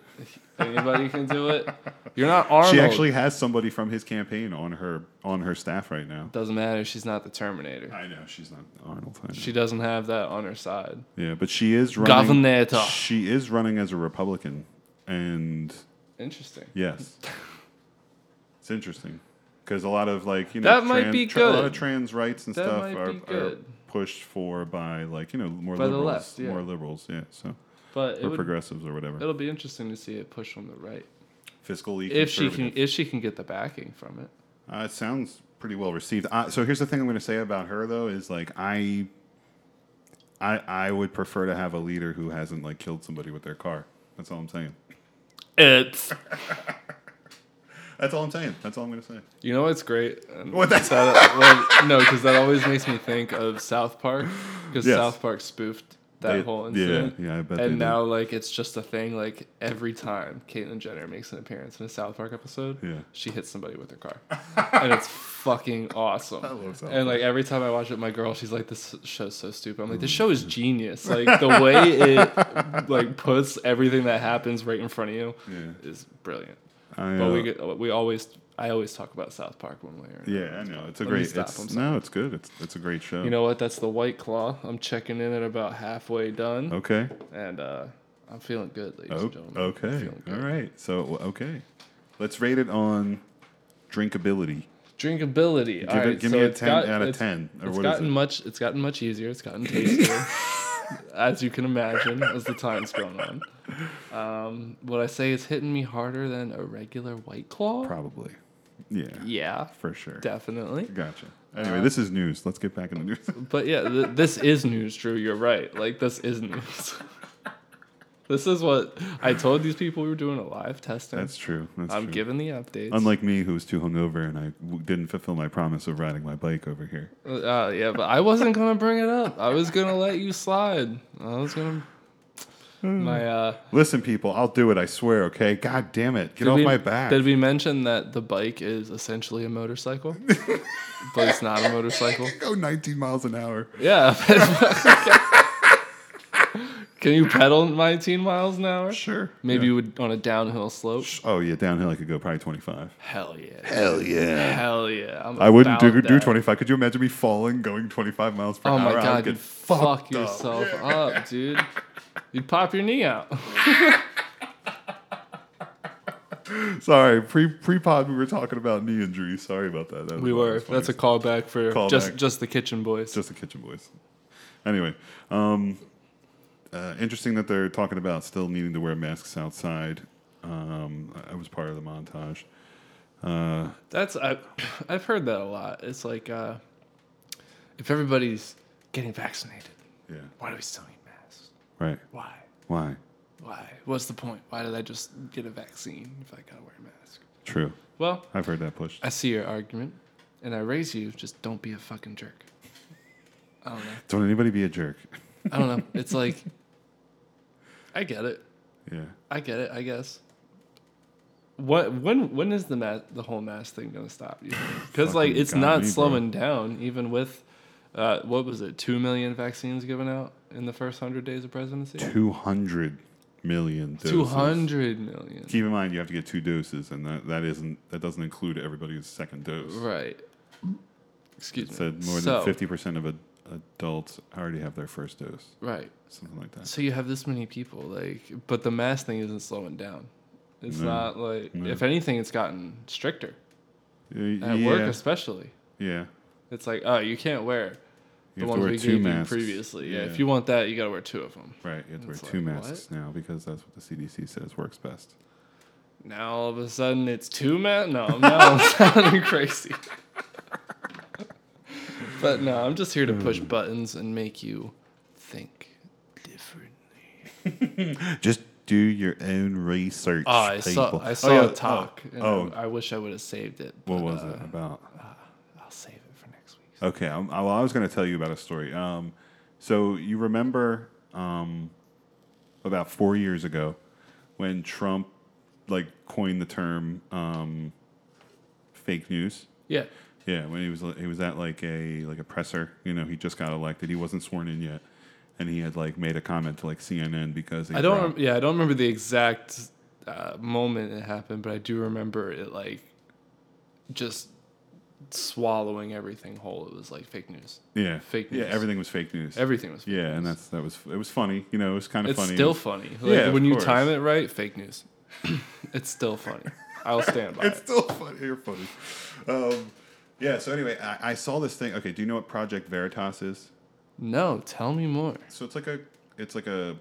anybody can do it. You're not Arnold. She actually has somebody from his campaign on her on her staff right now. doesn't matter. She's not the Terminator. I know she's not Arnold. She doesn't have that on her side. Yeah, but she is running. Governator. She is running as a Republican, and Interesting. yes, it's interesting because a lot of like you know That might tran- be tra- a lot good. of trans rights and That stuff might are, be are good. pushed for by like you know more By the liberals, left, yeah. more liberals, yeah. So, But it or would- progressives or whatever, It'll be interesting to see it push from the right. fiscally If she can, conservative. if she can get the backing from it. Uh, it sounds pretty well received. Uh, so here's the thing I'm going to say about her though is like I, I I would prefer to have a leader who hasn't like killed somebody with their car. That's all I'm saying. It's. That's all I'm saying. That's all I'm going to say. You know what's great? And What the- that, well, no, because that always makes me think of South Park because Yes. South Park spoofed that They- whole yeah, incident. yeah, I bet they And did. now, like, it's just a thing. Like every time Caitlyn Jenner makes an appearance in a South Park episode, Yeah. she hits somebody with her car, and it's fucking awesome. I love South and like every time I watch it, with my girl, she's like, "This show's so stupid." I'm like, Mm. "This show is genius. Like the way it like puts everything that happens right in front of you Yeah. is brilliant." I, but uh, we get, we always I always talk about South Park one way or another. Yeah, I know. It's a Let me great. stop, it's- I'm sorry. no, it's good. It's it's a great show. You know what? That's the White Claw. I'm checking in at about halfway done. Okay. And uh, I'm feeling good, ladies Oh, and gentlemen. I'm okay. feeling good. All right. So okay, let's rate it on drinkability. Drinkability. Give All it- right, give so me a it's 10 out of it's- 10, or it's what is gotten it? much. It's gotten much easier. It's gotten tastier, as you can imagine, as the time's gone on. Um, what I say is hitting me harder than a regular White Claw. Probably. Yeah. Yeah. For sure. Definitely. Gotcha. Anyway, Uh, this is news. Let's get back in the news. But yeah, th- this is news, Drew. You're right. Like this is news. this is what I told these people we were doing a live testing. That's true. That's I'm true. giving the updates. Unlike me, who was too hungover and I w- didn't fulfill my promise of riding my bike over here. uh, yeah, but I wasn't gonna bring it up. I was gonna let you slide. I was gonna Hmm. my uh. Listen, people, I'll do it. I swear. Okay. God damn it. Get did off we- my back. Did we mention that the bike is essentially a motorcycle, but it's not a motorcycle? go 19 miles an hour? Yeah. Can you pedal 19 miles an hour? Sure. Maybe Yeah. you would on a downhill slope. Oh yeah, downhill I could go probably 25. Hell yeah. Hell yeah. Hell yeah. I'm I wouldn't do, about do that. 25. Could you imagine me falling, going 25 miles per Oh hour? my I would god, get you'd fuck fucked up. yourself up, dude. You'd pop your knee out. Sorry, pre pre pod we were talking about knee injuries. Sorry about that. That was- that We were. was funny. That's a callback for Callback. just just the kitchen boys. Just the kitchen boys. Anyway, um, uh, interesting that they're talking about still needing to wear masks outside. Um, I- I was part of the montage. Uh, That's I, I've heard that a lot. It's like uh, if everybody's getting vaccinated, Yeah. why do we still need masks? right. Why? Why? Why? What's the point? Why did I just get a vaccine if I gotta wear a mask? True. Well, I've heard that pushed. I see your argument, and I raise you. Just don't be a fucking jerk. I don't know. Don't anybody be a jerk. I don't know. It's like I get it. Yeah. I get it. I guess. What when when is the ma- the whole mask thing gonna stop? Because like Fucking it's got not me, bro. slowing down even with uh, what was it two million vaccines given out in the first hundred days of presidency. 200 million doses. Two hundred million. Keep in mind, you have to get two doses, and that, that isn't that doesn't include everybody's second dose. Right. Excuse It me. said more So- than fifty percent of ad adults already have their first dose. Right. Something like that. So you have this many people, like, but the mask thing isn't slowing down. It's No. not like, No. if anything, it's gotten stricter Y- at work, yeah. especially. Yeah. It's like, oh, you can't wear You the have to ones wear we two gave you masks. previously. Yeah. Yeah. if you want that, you gotta wear two of them. Right, you have to wear It's two like, masks now because that's what the CDC says works best. Now all of a sudden it's two masks. No, now I'm sounding crazy. But no, I'm just here to Hmm. push buttons and make you think different. Just do your own research. Oh, I people. saw I saw yeah, a talk. Oh, and oh, I, I wish I would have saved it. what but, was uh, it about? I'll save it for next week. Okay, I'm, I, well, I was going to tell you about a story. Um, so you remember um, about four years ago when Trump like coined the term um, fake news. Yeah. Yeah, when he was he was at like a like a presser, you know, he just got elected. He wasn't sworn in yet, and he had like made a comment to like CNN because they I don't. dropped- Rem- yeah, I don't remember the exact uh, moment it happened, but I do remember it like just swallowing everything whole. It was like fake news. Yeah, fake news. Yeah, everything was fake news. Everything was fake yeah, and that's that was it was funny. You know, it was kind of It's funny. still funny. Like, yeah, when you time it right, fake news. it's still funny. I'll stand by it's it. still funny. You're funny. Um, yeah. So anyway, I, I saw this thing. Okay, do you know what Project Veritas is? No, tell me more. So it's like a it's like a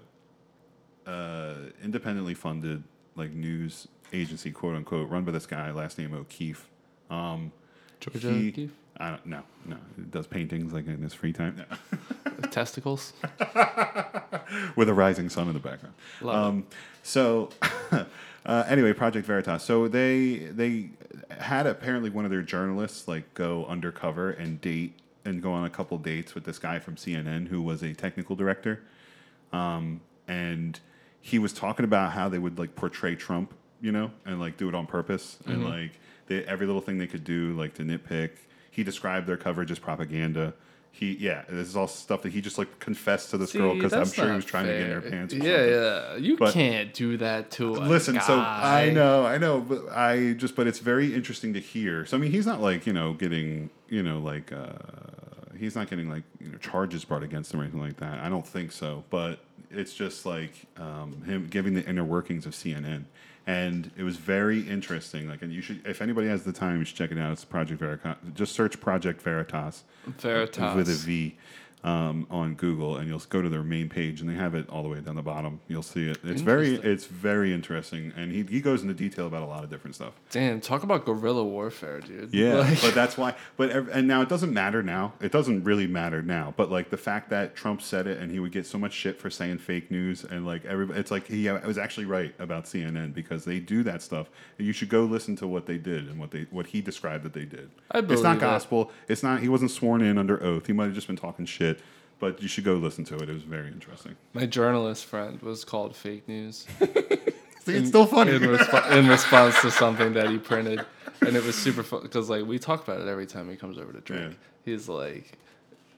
uh, independently funded like news agency, quote unquote, run by this guy, last name O'Keefe. Um, Georgia O'Keeffe? I don't know. No, he does paintings like in his free time. No. Testicles. with a rising sun in the background. Love um, so, uh, anyway, Project Veritas. So they they had apparently one of their journalists like go undercover and date and go on a couple dates with this guy from CNN who was a technical director, um, and he was talking about how they would like portray Trump, you know, and like do it on purpose and Mm-hmm. Mhm. like they, every little thing they could do like to nitpick. He described their coverage as propaganda. He yeah, this is all stuff that he just like confessed to this girl See, because I'm that's sure he not was trying to get in her fair. pants. or Yeah, something. yeah. You But- can't do that to a Listen, so I guy. know, I know, but I just, but it's very interesting to hear. So I mean, he's not like you know getting, you know, like uh, he's not getting like you know charges brought against him or anything like that. I don't think so, but it's just like um, him giving the inner workings of CNN, and it was very interesting. Like, and you should, if anybody has the time, you should check it out. It's Project Veritas. Just search Project Veritas, Veritas. with a V. Um, on Google, and you'll go to their main page, and they have it all the way down the bottom. You'll see it. It's very Interesting. it's very interesting, and he, he goes into detail about a lot of different stuff. Damn, talk about guerrilla warfare, dude. Yeah, Like- but that's why. But ev- and now it doesn't matter now. It doesn't really matter now. But like the fact that Trump said it, and he would get so much shit for saying fake news, and like everybody, it's like he uh, was actually right about CNN because they do that stuff. And you should go listen to what they did and what they what he described that they did. I it's believe not it. gospel. It's not. He wasn't sworn in under oath. He might have just been talking shit. But you should go listen to it. It was very interesting. My journalist friend was called fake news. See, it's still funny. In, resp- in response to something that he printed, and it was super fun because like we talk about it every time he comes over to drink. He's like,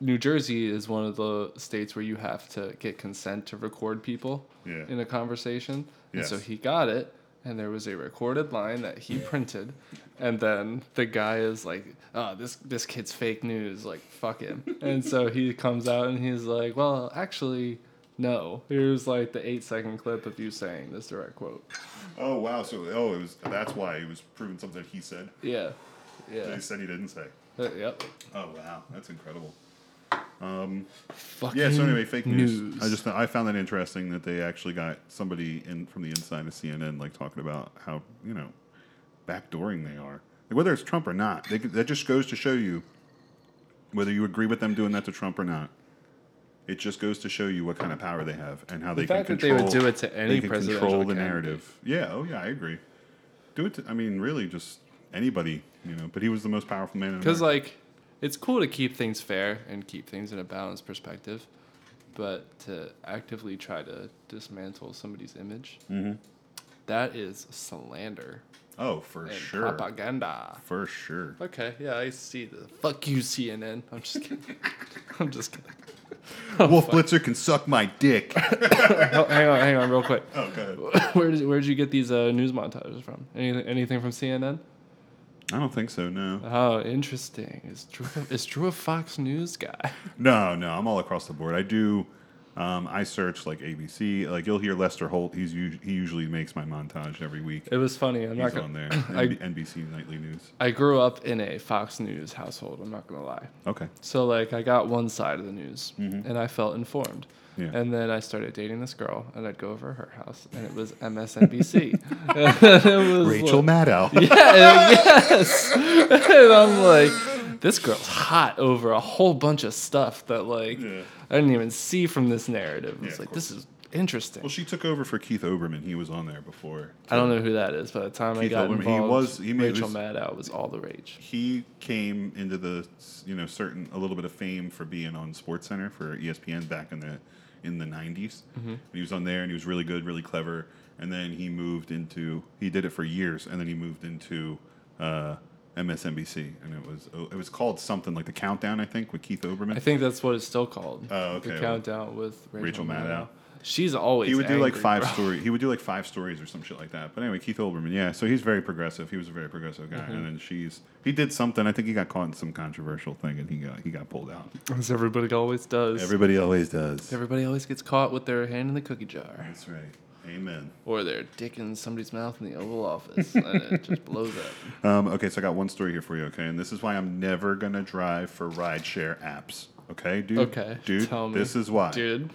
New Jersey is one of the states where you have to get consent to record people Yeah. in a conversation, and so Yes. he got it. And there was a recorded line that he printed, and then the guy is like, "Oh, this this kid's fake news. Like, fuck him." and so he comes out and he's like, "Well, actually, no. Here's like the eight second clip of you saying this direct quote." Oh wow! So oh, it was that's why it was proving something that he said. Yeah, That yeah. he said he didn't say. yep. Oh wow, that's incredible. Um, Fucking yeah. So anyway, fake news. news. I just I found that interesting that they actually got somebody in from the inside of CNN like talking about how you know backdooring they are, Like, whether it's Trump or not. They, could- that just goes to show you whether you agree with them doing that to Trump or not. It just goes to show you what kind of power they have and how The they fact can that control. they would do it to any they can presidential control the candidate. narrative. Yeah. Oh yeah, I agree. Do it. To, I mean, really, just anybody. You know, but he was the most powerful man in Because America. like, it's cool to keep things fair and keep things in a balanced perspective, but to actively try to dismantle somebody's image, Mhm. that is slander. Oh, for and sure. Propaganda. For sure. Okay, yeah, I see the fuck you CNN. I'm just kidding. I'm just kidding. Wolf Blitzer can suck my dick. Oh, hang on, hang on, real quick. Oh, go Where did where did you get these uh, news montages from? Anything anything from CNN? I don't think so. No. Oh, interesting. Is Drew is Drew a Fox News guy? No, no, I'm all across the board. I do. Um, I search like ABC. Like you'll hear Lester Holt. He's u- he usually makes my montage every week. It was funny. I'm He's not gonna- on there. I- NB- NBC Nightly News. I grew up in a Fox News household. I'm not gonna lie. Okay. So like, I got one side of the news, Mhm. and I felt informed. Yeah. And then I started dating this girl, and I'd go over to her house, and it was MSNBC. And it was Rachel Maddow. Yeah, yes. and I'm like, this girl's hot over a whole bunch of stuff that like I didn't even see from this narrative. It's like this is interesting. Well, she took over for Keith Oberman. He was on there before. I don't know who that is. By the time I Keith got Olbermann, he involved, was- he made- Rachel was- Maddow was all the rage. He came into the you know certain a little bit of fame for being on Sports Center for E ESPN back in the in the 90s. Mhm. And he was on there and he was really good, really clever. And then he moved into he did it for years and then he moved into uh, MSNBC and it was it was called something like the Countdown I think with Keith Oberman. I think that's what it's still called. Oh, okay, The well, countdown with Rachel Rachel, Maddow. She's always he would do like angry, five bro. story. He would do like five stories or some shit like that. But anyway, Keith Olbermann, yeah. So he's very progressive. He was a very progressive guy. Mhm. And then she's he did something. I think he got caught in some controversial thing, and he got he got pulled out. As everybody always does. Everybody always does. Everybody always gets caught with their hand in the cookie jar. That's right. Amen. Or their dick in somebody's mouth in the Oval Office. and it just blows up. Um, okay, so I got one story here for you. Okay, and this is why I'm never gonna drive for rideshare apps. Okay, dude. Okay, dude. tell me. This is why, Dude.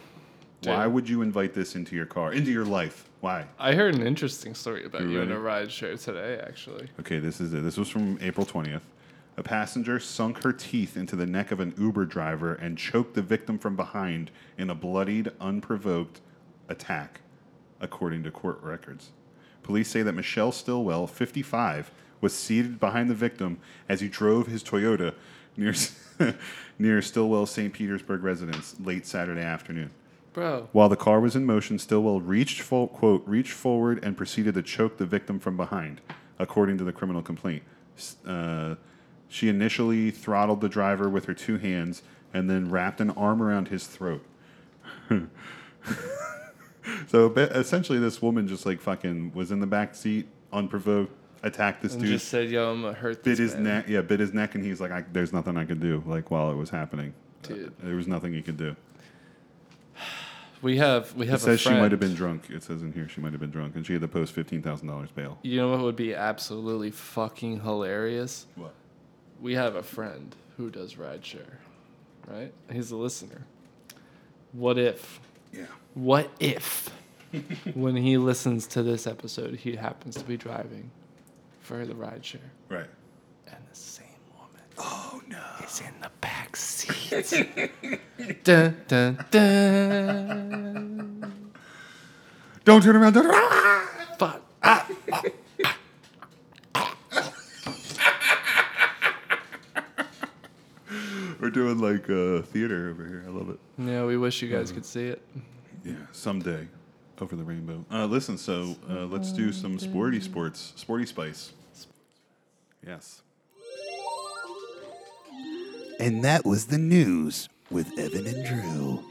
Why Dude. would you invite this into your car, into your life? Why? I heard an interesting story about You you in a ready? ride share today, actually. Okay, this is it. This was from April 20th. A passenger sunk her teeth into the neck of an Uber driver and choked the victim from behind in a bloodied, unprovoked attack, according to court records. Police say that Michelle Stillwell, 55, was seated behind the victim as he drove his Toyota near near Stillwell St. Petersburg residence late Saturday afternoon. Bro. While the car was in motion, Stillwell reached fo- quote reached forward and proceeded to choke the victim from behind, according to the criminal complaint. S- Uh, she initially throttled the driver with her two hands and then wrapped an arm around his throat. so ba- essentially, this woman just like fucking was in the back seat, unprovoked, attacked this and dude just said, yo, I'm going to hurt bit this his man. neck. Yeah, bit his neck, and he's like, I, "There's nothing I could do." Like while it was happening, Dude. there was nothing he could do. We have, we have it a says she friend. might have been drunk. It says in here she might have been drunk, and she had to post fifteen thousand dollars bail. You know what would be absolutely fucking hilarious? What? We have a friend who does rideshare, right? He's a listener. What if? Yeah. What if, when he listens to this episode, he happens to be driving for the rideshare? Right. And the same woman. Oh no. Is in the back seat. dun, dun, dun. Don't turn around. Don't turn around. Fuck. We're doing like uh, theater over here. I love it. Yeah, we wish you guys could see it. Yeah, someday, over the rainbow. Uh, listen, so uh, let's do some sporty sports, sporty spice. Yes. And that was the news with Evan and Drew.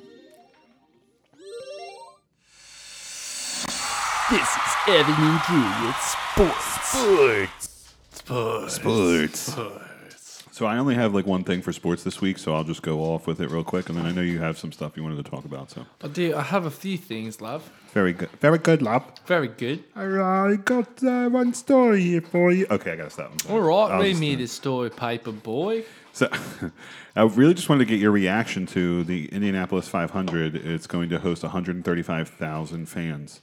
This is Evan and Drew with sports. Sports. Sports. Sports. So I only have like one thing for sports this week, so I'll just go off with it real quick, and then I know you have some stuff you wanted to talk about. So Oh, dear, I have a few things, love. very good, very good, lab. Very good. I got uh, one story here for you. Okay, I gotta stop. I'm sorry. All right, I'll read just- me the story, paper boy. So, I really just wanted to get your reaction to the Indianapolis 500. It's going to host 135,000 fans.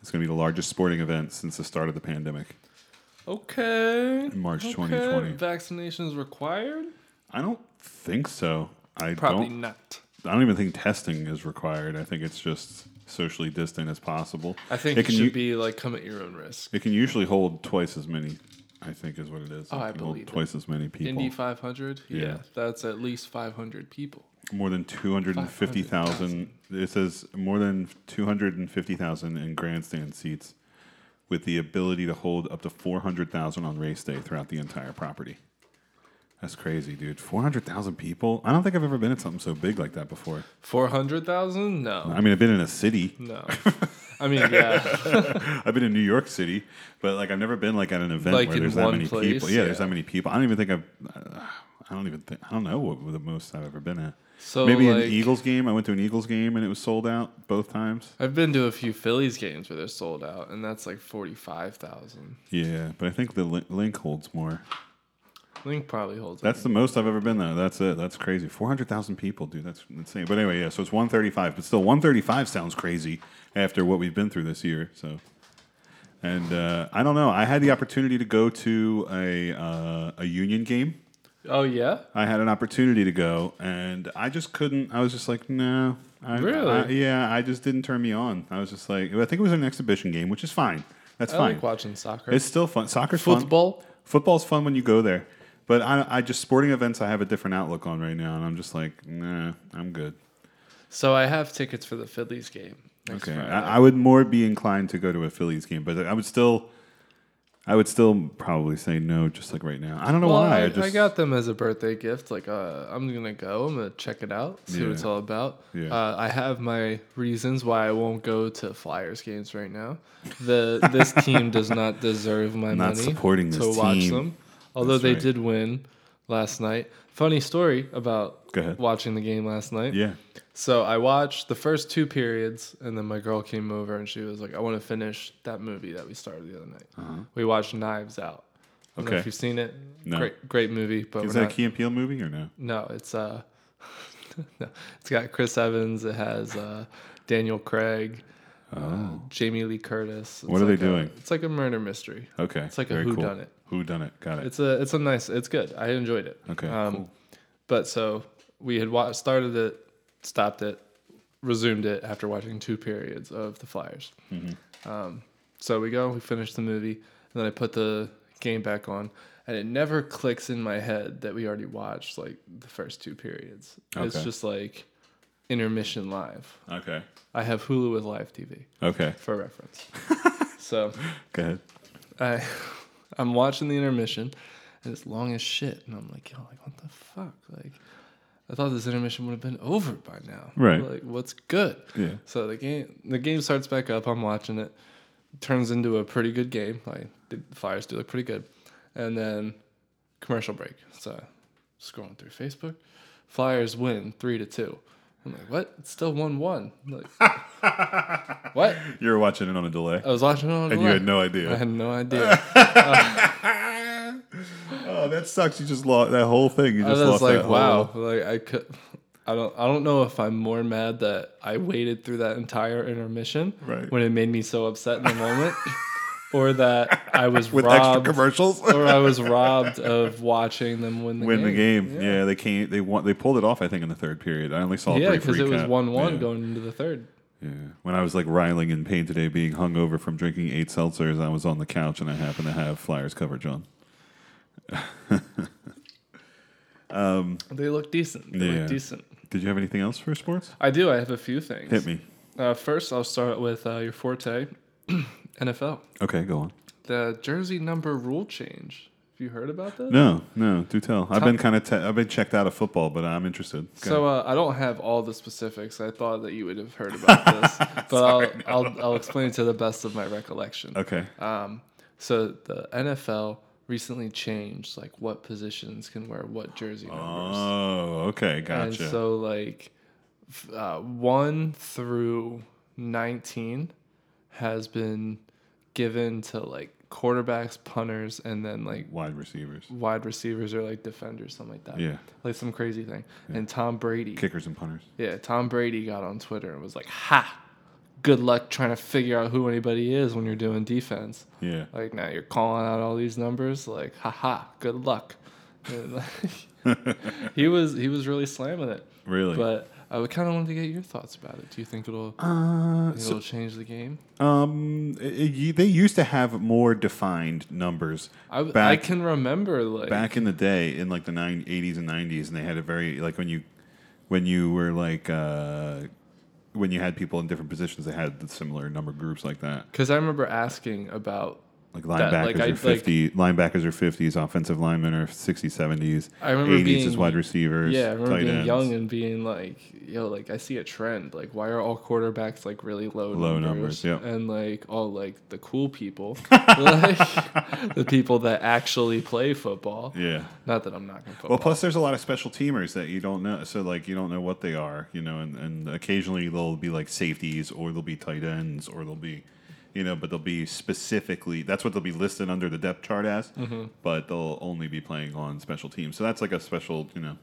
It's going to be the largest sporting event since the start of the pandemic. Okay. March Okay, 2020. Vaccinations required? I don't think so. I Probably don't, not. I don't even think testing is required. I think it's just socially distant as possible. I think it, can should u- be like come at your own risk. It can usually hold twice as many. I think is what it is. Oh, It I can hold believe it. twice as many people. Indy 500? Yeah. Yeah. That's at least 500 people. More than 250,000. It says more than 250,000 in grandstand seats with the ability to hold up to 400,000 on race day throughout the entire property. That's crazy, dude. 400,000 people? I don't think I've ever been at something so big like that before. 400,000? No. I mean, I've been in a city. No. I mean, yeah. I've been in New York City, but like I've never been like at an event Like where in there's that one many place, people. Yeah, there's yeah. that many people. I don't even think I've. Uh, I don't even think. I don't know what the most I've ever been at. So, maybe an like- Eagles game. I went to an Eagles game and it was sold out both times. I've been to a few Phillies games where they're sold out, and that's like 45,000. Yeah, but I think the Lin- link holds more. Link probably holds That's the most I've ever been there. That's it. That's crazy. Four hundred thousand people, dude. That's insane. But anyway, yeah. So it's one thirty-five, but still, one thirty-five sounds crazy after what we've been through this year. So, and uh, I don't know. I had the opportunity to go to a uh, a union game Oh yeah. I had an opportunity to go, and I just couldn't. I was just like, no. I, Really? I- yeah, I just didn't turn me on. I was just like, I think it was an exhibition game, which is fine. That's I fine. like watching soccer. It's still fun. Soccer's Oh, Football? fun. Football's fun when you go there. But I, I just sporting events, I have a different outlook on right now, and I'm just like, nah, I'm good. So I have tickets for the Phillies game. next Okay, Friday. I, I would more be inclined to go to a Phillies game, but I would still, I would still probably say no, just like right now. I don't know Well, why. I, I, just I got them as a birthday gift. Like, uh, I'm gonna go. I'm gonna check it out. See what it's Yeah. all about. Yeah. Uh, I have my reasons why I won't go to Flyers games right now. The this team does not deserve my Not money. supporting this to watch team. them. Although That's they right. did win last night. Funny story about Go ahead. watching the game last night. Yeah. So I watched the first two periods, and then my girl came over and she was like, "I want to finish that movie that we started the other night." Uh-huh. We watched Knives Out. I don't know if Okay. you've seen it. No. Great, great movie, is but we're that not- a Key and Peele movie or no? no, it's uh, no, it's got Chris Evans. It has uh, Daniel Craig, uh, Jamie Lee Curtis. It's Oh. What are they like a- doing? it's like a murder mystery. Okay, it's like a very who cool. done it. Who done it? Got it. It's a it's a nice. It's good. I enjoyed it. Okay, cool. But so we had wa- started it, stopped it, resumed it after watching two periods of the Flyers. Mhm. Um, so we go, we finish the movie, and then I put the game back on, and it never clicks in my head that we already watched like the first two periods. It's Okay. just like intermission live. Okay. I have Hulu with live TV. Okay. For reference. so Go ahead. I I'm watching the intermission and it's long as shit. And I'm like, yo, like what the fuck? Like I thought this intermission would have been over by now. Right. Like what's good? Yeah. So the game the game starts back up, I'm watching it. Turns into a pretty good game. Like the Flyers do look pretty good. And then commercial break. So scrolling through Facebook. Flyers win three to two. I'm like, what? It's still one one. Like, what? You were watching it on a delay. I was watching it on and you delay. had no idea. I had no idea. Uh, oh, that sucks. You just lost that whole thing. You I just was lost like, that wow, Whole... like I could. I don't. I don't know if I'm more mad that I waited through that entire intermission Right. when it made me so upset in the moment, or that I was With extra robbed, commercials? or I was robbed of watching them win the Win game. the game. Yeah. they came. They won. They pulled it off. I think in the third period. I only saw. a Yeah, brief because it was recap. one one Yeah. going into the third. Yeah. When I was like riling in pain today, being hungover from drinking eight seltzers, I was on the couch and I happened to have Flyers coverage on. um, They look decent. They yeah. look decent. Did you have anything else for sports? I do. I have a few things. Hit me. Uh, first, I'll start with uh, your forte, NFL. Okay, go on. The jersey number rule change. Have you heard about this? No, no, do tell. I've Top- been kind of te- I've been checked out of football, but I'm interested. Go So uh, I don't have all the specifics. I thought that you would have heard about this, but I'll, I'll I'll explain it to the best of my recollection. Okay. Um, so the NFL recently changed like what positions can wear what jersey numbers. Oh, okay, gotcha. And so like f- uh, one through nineteen has been given to like quarterbacks, punters, and then like wide receivers. Wide receivers or like defenders, something like that. Yeah. Like some crazy thing. And Tom Brady. Kickers and punters. Yeah, Tom Brady got on Twitter and was like, "Ha, good luck trying to figure out who anybody is when you're doing defense." Yeah. like now you're calling out all these numbers, like, "Ha ha, good luck." And, like, he was he was really slamming it. Really? but I would kind of wanted to get your thoughts about it. Do you think it'll Uh, it'll so- change the game? Um, it- it- you- they used to have more defined numbers. I w- I can remember like back in the day in like the nine eighties and nineties, and they had a very like when you when you were like uh, when you had people in different positions, they had similar number groups like that. Because I remember asking about Like that, linebackers I- are fifty. linebackers are fifties. Offensive linemen are 60s, 70s. I remember 80s being is wide receivers. Yeah, I remember tight being ends. young and being like, yo, like I see a trend. Like, why are all quarterbacks like really low Low numbers? numbers, yep. And like all like the cool people, like the people that actually play football. Yeah. not that I'm not gonna football. Well, plus there's a lot of special teamers that you don't know, so like you don't know what they are, you know, and, and occasionally they'll be like safeties or they'll be tight ends or they'll be, you know, but they'll be specifically that's what they'll be listed under the depth chart as, Mhm. but they'll only be playing on special teams. So that's like a special, you know,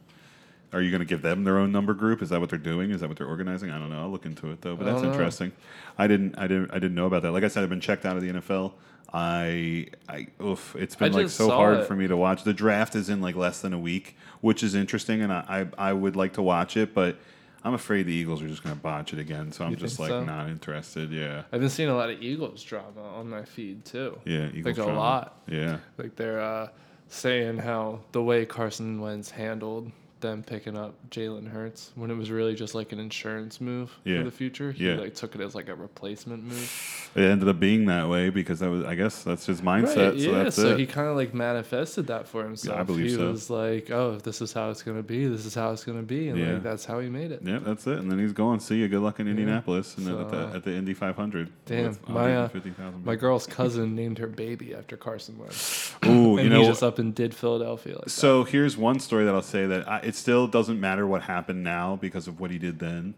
Are you going to give them their own number group? Is that what they're doing? Is that what they're organizing? I don't know. I'll look into it though. But I that's don't know. interesting. I didn't. I didn't. I didn't know about that. Like I said, I've been checked out of the NFL. I. I. Oof. It's been I like just so saw hard it. for me to watch. The draft is in like less than a week, which is interesting, and I. I, I would like to watch it, but I'm afraid the Eagles are just going to botch it again. So I'm You just like think so? not interested. Yeah. I've been seeing a lot of Eagles drama on my feed too. Yeah, like Eagles a drama. lot. Yeah. like they're uh, saying how the way Carson Wentz handled them picking up Jalen Hurts when it was really just like an insurance move Yeah. for the future. He Yeah. like took it as like a replacement move. It ended up being that way because that was. I guess that's his mindset. Right, so yeah, that's so it. he kind of like manifested that for himself. believe he so. was like, "Oh, if this is how it's gonna be, this is how it's gonna be," and Yeah. like that's how he made it. Yep, that's it. And then he's going. See you. Good luck in Indianapolis and then at, So- the, at the Indy 500. Damn, with my uh, 150,000 my girl's cousin named her baby after Carson Wentz. Ooh, and you know- he just up and did Philadelphia. Like that. so here's one story that I'll say that I, it still doesn't matter what happened now because of what he did then.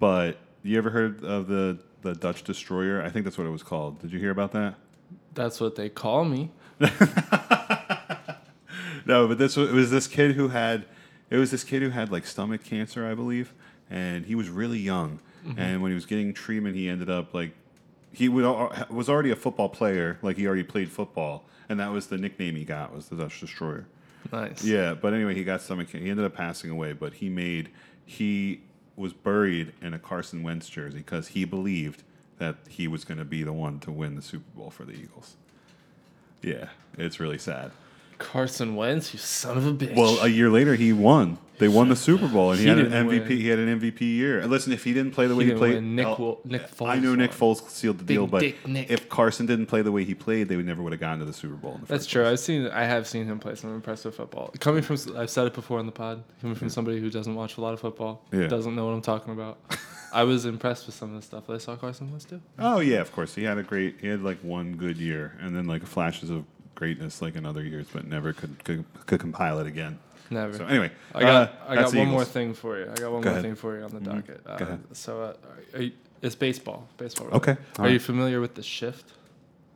But you ever heard of the the Dutch destroyer? I think that's what it was called. Did you hear about that? That's what they call me. No, but this was, it was this kid who had it was this kid who had like stomach cancer, I believe, and he was really young. Mhm. And when he was getting treatment, he ended up like he would, al- was already a football player, like he already played football, and that was the nickname he got was the Dutch Destroyer. Nice. Yeah, but anyway, he got stomach. He ended up passing away, but he made he was buried in a Carson Wentz jersey because he believed that he was going to be the one to win the Super Bowl for the Eagles. Yeah, it's really sad. Carson Wentz, you son of a bitch. Well, a year later, he won. They won the Super Bowl, and he, He had an didn't MVP. He had an MVP year. And listen, if he didn't play the He way he, didn't played, win. Nick I'll- Wo- Nick I Foles know Nick Foles sealed the Big deal, but dick Nick. if Carson didn't play the way he played, they would never would have gotten to the Super Bowl. In the That's true. I've seen. I have seen him play some impressive football. Coming from, I've said it before on the pod. Coming from somebody who doesn't watch a lot of football, Yeah. doesn't know what I'm talking about. I was impressed with some of the stuff that I saw Carson Wentz do. Oh yeah, of course. He had a great. He had like one good year, and then like flashes of greatness like in other years, but never could could, could compile it again. Never. So anyway, I got uh, I that's got the one more Eagles. thing for you. I got one Go more ahead. thing for you on the Mhm. docket. Go Uh, ahead. so uh, are you- it's baseball. Baseball. Okay, related. all Are you right. familiar with the shift?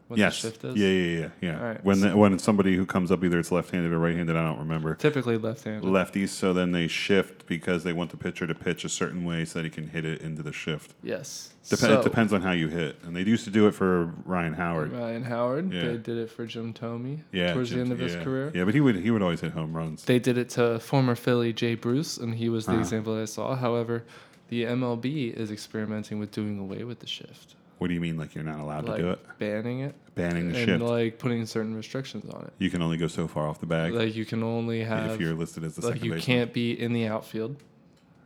What yes. the shift is? Yeah, yeah, yeah, yeah. All right. When the, when it's somebody who comes up, either it's left-handed or right-handed, I don't remember. Typically left-handed. Lefties, so then they shift because they want the pitcher to pitch a certain way so that he can hit it into the shift. Yes. Dep- So- it depends on how you hit, and they used to do it for Ryan Howard. Ryan Howard. Yeah. They did it for Jim Tomey Yeah, towards the Jim- end of his yeah. career. Yeah, but he would he would always hit home runs. They did it to former Philly Jay Bruce, and he was the Uh-huh. example that I saw. However, the MLB is experimenting with doing away with the shift, What do you mean, like you're not allowed like to do it? banning it, Banning the and shift. like putting certain restrictions on it. You can only go so far off the bag. Like you can only have if you're listed as the like second you baseman. can't be in the outfield. as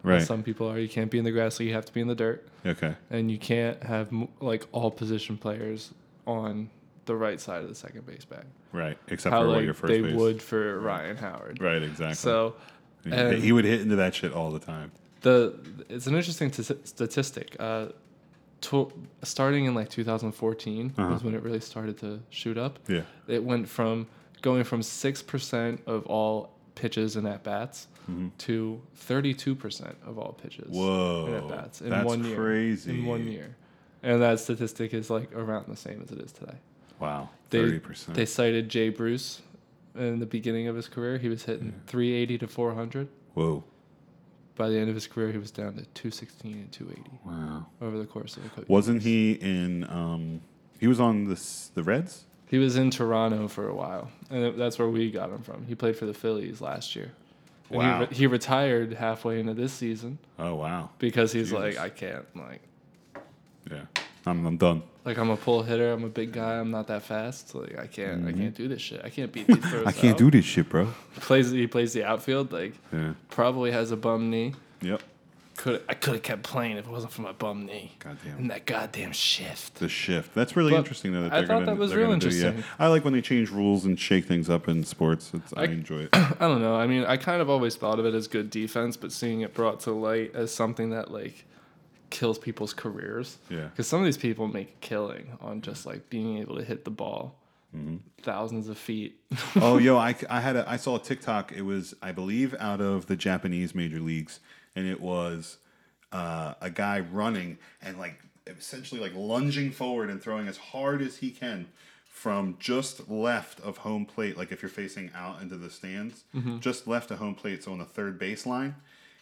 Right. Some people are. You can't be in the grass, so you have to be in the dirt. Okay. And you can't have m- like all position players on the right side of the second base bag. Right, except How, for what like, your first they base. would for Ryan Howard. Right, exactly. So He would hit- and- he would hit into that shit all the time. the it's an interesting t- statistic. Uh, to, starting in like 2014 Uh-huh. was when it really started to shoot up. Yeah. it went from going from six percent of all pitches and at bats Mhm. to 32 percent of all pitches Whoa, and at bats in that's one year. crazy. In one year, and that statistic is like around the same as it is today. Wow, They- 30%. They cited Jay Bruce in the beginning of his career. He was hitting 380 to 400. Whoa. By the end of his career, he was down to 216 and 280. Wow. Over the course of a quick. Wasn't he in? Um, he was on the s- the Reds. He was in Toronto for a while, and it- that's where we got him from. He played for the Phillies last year. And Wow. He, re- he retired halfway into this season. Oh wow. Because he's Jesus. like, I can't like Yeah, I'm, I'm done. like I'm a pull hitter. I'm a big guy. I'm not that fast. Like I can't I can't do this shit. I can't beat these throws. Mm-hmm. I can't out." do this shit, bro. Plays he plays the outfield. Like Yeah. probably has a bum knee. Yep. Could I could have kept playing if it wasn't for my bum knee. Goddamn. And that goddamn shift. The shift. That's really But interesting. Though, that I they're thought gonna, that was they're real gonna do, yeah. interesting. I like when they change rules and shake things up in sports. It's, I, I- enjoy it. I don't know. I mean, I kind of always thought of it as good defense, but seeing it brought to light as something that like kills people's careers. Yeah. Mm-hmm. Because some of these people make a killing on just like being able to hit the ball thousands of feet. oh, yo, I, I had a, I saw a TikTok. It was, I believe, out of the Japanese major leagues, and it was uh, a guy running and like essentially like lunging forward and throwing as hard as he can from just left of home plate, like if you're facing out into the stands, Mhm. just left of home plate, so on the third baseline,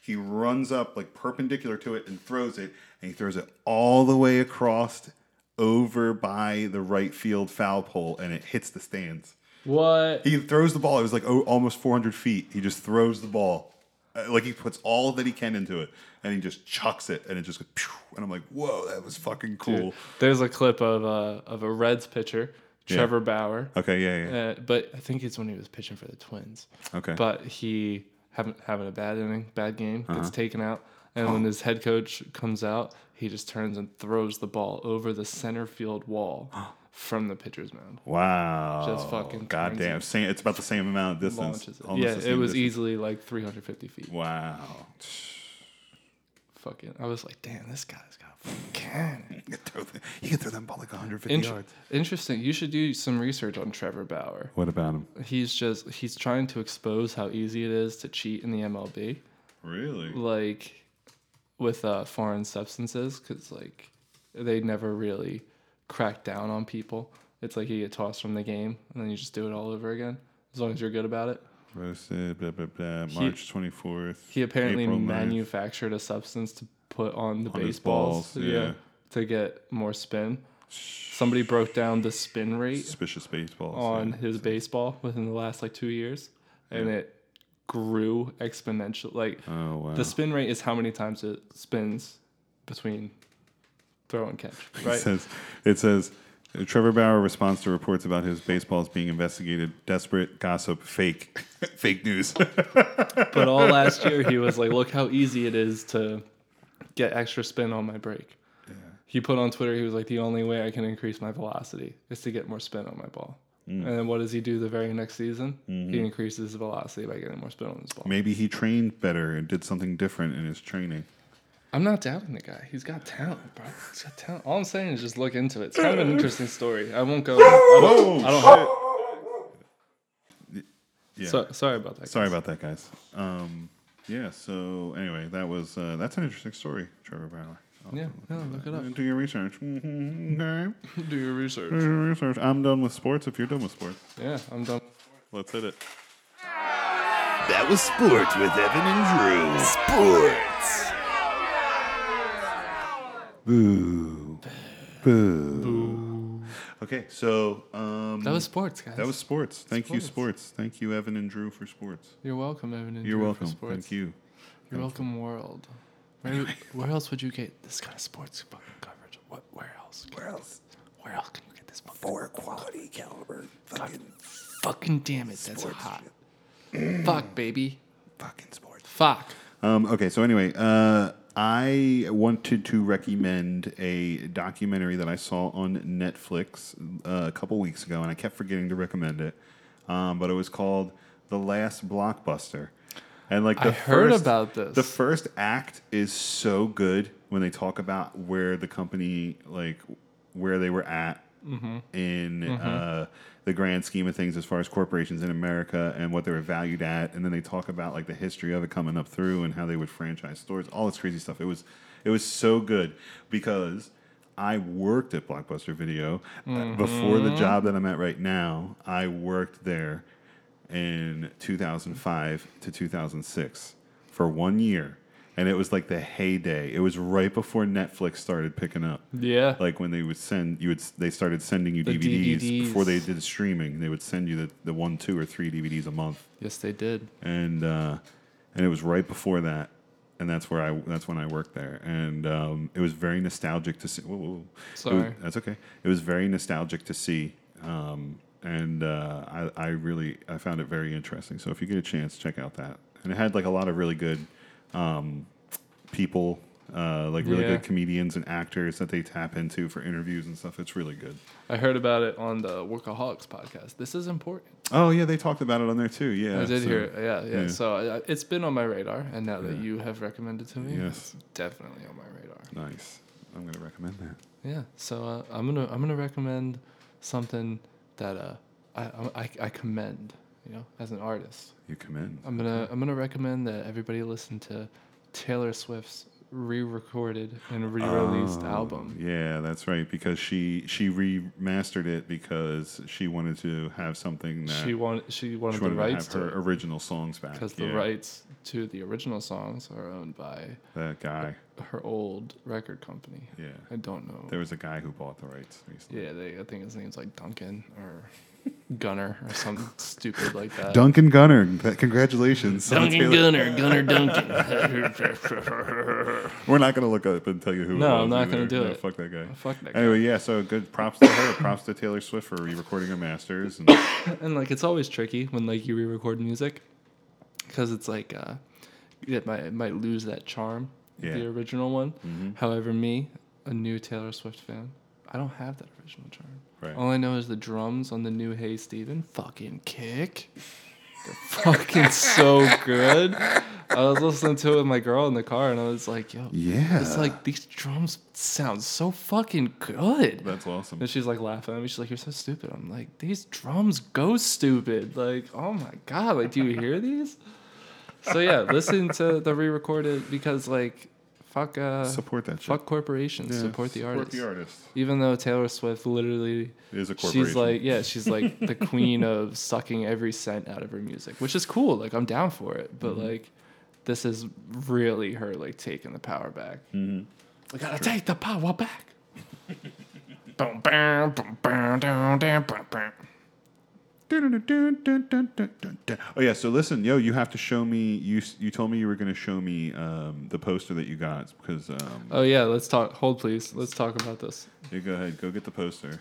he runs up like perpendicular to it and throws it, and he throws it all the way across over by the right field foul pole, and it hits the stands. What? He throws the ball. It was like oh, almost 400 feet. He just throws the ball. Uh, Like he puts all that he can into it, and he just chucks it, and it just goes. Pew, and I'm like, whoa, that was fucking Dude, cool. There's a clip of a of a Reds pitcher, Yeah. Trevor Bauer. Okay, yeah, yeah. Uh, but I think it's when he was pitching for the Twins. Okay. But he having having a bad inning, bad game, Uh-huh. gets taken out, and when Oh. his head coach comes out, he just turns and throws the ball over the center field wall from the pitcher's mound. Wow. Just fucking goddamn. turns Same. It's about the same amount of and distance. launches it. Almost Yeah, the it same was distance. easily like 350 feet. Wow. Fucking, I was like, damn, this guy's got a fucking cannon. You could throw, the, you could throw them ball like 150 Inter- yards. Interesting. You should do some research on Trevor Bauer. What about him? He's just he's trying to expose how easy it is to cheat in the MLB. Really? Like with uh, foreign substances, because like they never really crack down on people. It's like you get tossed from the game and then you just do it all over again as long as you're good about it. Roasted. Blah blah blah. He- March 24th. He apparently April 9th. manufactured a substance to put on the On his baseballs, balls, yeah. to get more spin. Somebody broke down the spin rate Suspicious baseballs. on yeah. his baseball within the last like two years, and Yeah. it grew exponential. Like Oh, wow. the spin rate is how many times it spins between throw and catch, It right? says, it says Trevor Bauer responds to reports about his baseballs being investigated. Desperate gossip, fake, fake news. but all last year he was like, "Look how easy it is to get extra spin on my break." He put on Twitter, he was like, "The only way I can increase my velocity is to get more spin on my ball." Mm. And then what does he do the very next season? He Mhm. increases his velocity by getting more spin on his ball. Maybe he trained better and did something different in his training. I'm not doubting the guy. He's got talent, bro. He's got talent. All I'm saying is just look into it. It's kind of an interesting story. I won't go. I don't, I don't have- Yeah. So- sorry about that, Sorry about that, guys. Um, yeah. So anyway, that was uh, that's an interesting story, Trevor Bauer. I'll- Yeah, no, look it up. Do your research. okay. Do your research. Do your research. I'm done with sports. If you're done with sports, Yeah, I'm done. let's hit it. That was sports with Evan and Drew. Sports. Boo. Boo. Okay, so um, That was sports, guys. That was sports. Thank you, Sports. sports. Thank you, Evan and Drew, for sports. You're welcome, Evan. And You're Drew, for welcome. sports. Thank you. You're welcome, world. Where, where else would you get this kind of sports bu- coverage? What? Where else? Where else? Where else can you get this? For quality caliber. Fucking Fucking damn it, that's hot. Fuck, baby. Fucking sports. Fuck. Um, okay, so anyway, uh, I wanted to recommend a documentary that I saw on Netflix uh, a couple weeks ago, and I kept forgetting to recommend it. Um, but it was called The Last Blockbuster, and like I the heard first- about this. The first act is so good when they talk about where the company, like where they were at Mhm. in Mhm. uh, the grand scheme of things as far as corporations in America and what they were valued at, and then they talk about like the history of it coming up through and how they would franchise stores, all this crazy stuff. It was it was so good because I worked at Blockbuster Video Uh, before the Mhm. job that I'm at right now. I worked there in 2005 to 2006 for one year. And it was like the heyday. It was right before Netflix started picking up. Yeah. Like when they would send you would they started sending you The DVDs, DVDs. before they did streaming. They would send you the, the one, two, or three DVDs a month. Yes, they did. And uh, and it was right before that, and that's where I that's when I worked there, and um, it was very nostalgic to see. Whoa, whoa, whoa. It was- Sorry. that's okay. It was very nostalgic to see, um, and uh, I I really I found it very interesting. So if you get a chance, check out that. And it had like a lot of really good um, people. Uh, like really Yeah. good comedians and actors that they tap into for interviews and stuff. It's really good. I heard about it on the Workaholics podcast. This is important. Oh yeah, they talked about it on there too. Yeah, I did so- hear it. Yeah, yeah. So I, I- it's been on my radar, and now that you have recommended to me, Yes. it's definitely on my radar. nice. I'm gonna recommend that. Yeah. So uh, I'm gonna I'm gonna recommend something that uh, I, I I commend you know as an artist. You commend. I'm gonna I'm gonna recommend that everybody listen to Taylor Swift's re-recorded and re-released Oh, album. Yeah, that's right. Because she she remastered it because she wanted to have something that She wanted- she wanted the to rights have to her it. original songs back. Because yeah. the rights to the original songs are owned by That guy. her old record company. Yeah. I don't know. There was a guy who bought the rights. recently. Yeah, they, I think his name's like Duncan or Gunner or something stupid like that. Duncan Gunner, th- congratulations. Someone Duncan tell- Gunner, Gunner Duncan. We're not gonna look up and tell you who. No, it was I'm not either. gonna do No, it. Fuck that guy. Fuck that guy. Anyway, yeah. So good. Props to her. props to Taylor Swift for re-recording her masters. And and like it's always tricky when like you re-record music because it's like uh it might, it might lose that charm Yeah. the original one Mhm. however me a new taylor swift fan i don't have that original charm Right. all i know is the drums on the new hey steven fucking kick they're fucking so good i was listening to it with my girl in the car and i was like yo Yeah. it's like these drums sound so fucking good that's awesome and she's like laughing at me she's like you're so stupid i'm like these drums go stupid. Like, oh my god, like do you hear these? So yeah, listen to the re-recorded because like fuck uh Support that shit. Fuck corporations, Yeah, support the support artist. the artist. Even though Taylor Swift literally Is a She's corporation. like yeah, she's like the queen of sucking every cent out of her music, which is cool. Like I'm down for it, but Mhm. like this is really her like taking the power back. Mhm. We gotta take the power back. Boom, bam, boom, bam, down, down, bam, bam. Oh yeah, so listen, yo, you have to show me. You s- you told me you were going to show me um, the poster that you got because. Um, Oh yeah, let's talk. Hold please. Let's talk about this. yeah, go ahead, go get the poster.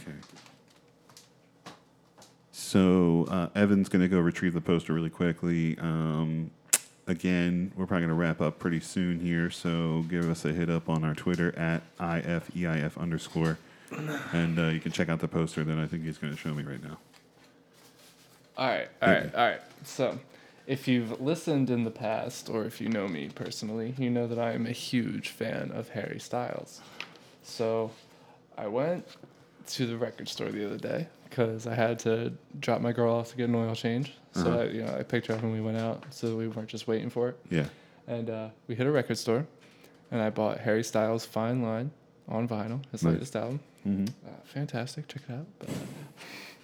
Okay. So uh, Evan's going to go retrieve the poster really quickly. Um, again, we're probably going to wrap up pretty soon here, so give us a hit up on our Twitter at ifeif underscore, and uh, you can check out the poster that I think he's going to show me right now. All right, all right, all right. So, if you've listened in the past, or if you know me personally, you know that I am a huge fan of Harry Styles. So, I went to the record store the other day because I had to drop my girl off to get an oil change. So, Uh-huh. I, you know, I picked her up and we went out, so we weren't just waiting for it. Yeah. And uh, we hit a record store, and I bought Harry Styles' Fine Line on vinyl, his Nice. latest album. Mhm. Uh, fantastic. Check it out. But, uh,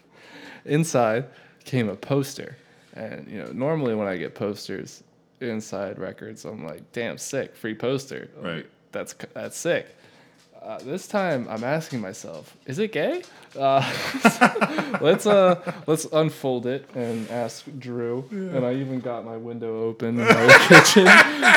inside came a poster. And you know, normally when I get posters inside records, I'm like, "Damn, sick, free poster." Like, Right. That's c- that's sick. Uh, this time, I'm asking myself, "Is it gay?" Uh, let's uh, let's unfold it and ask Drew. And I even got my window open in our kitchen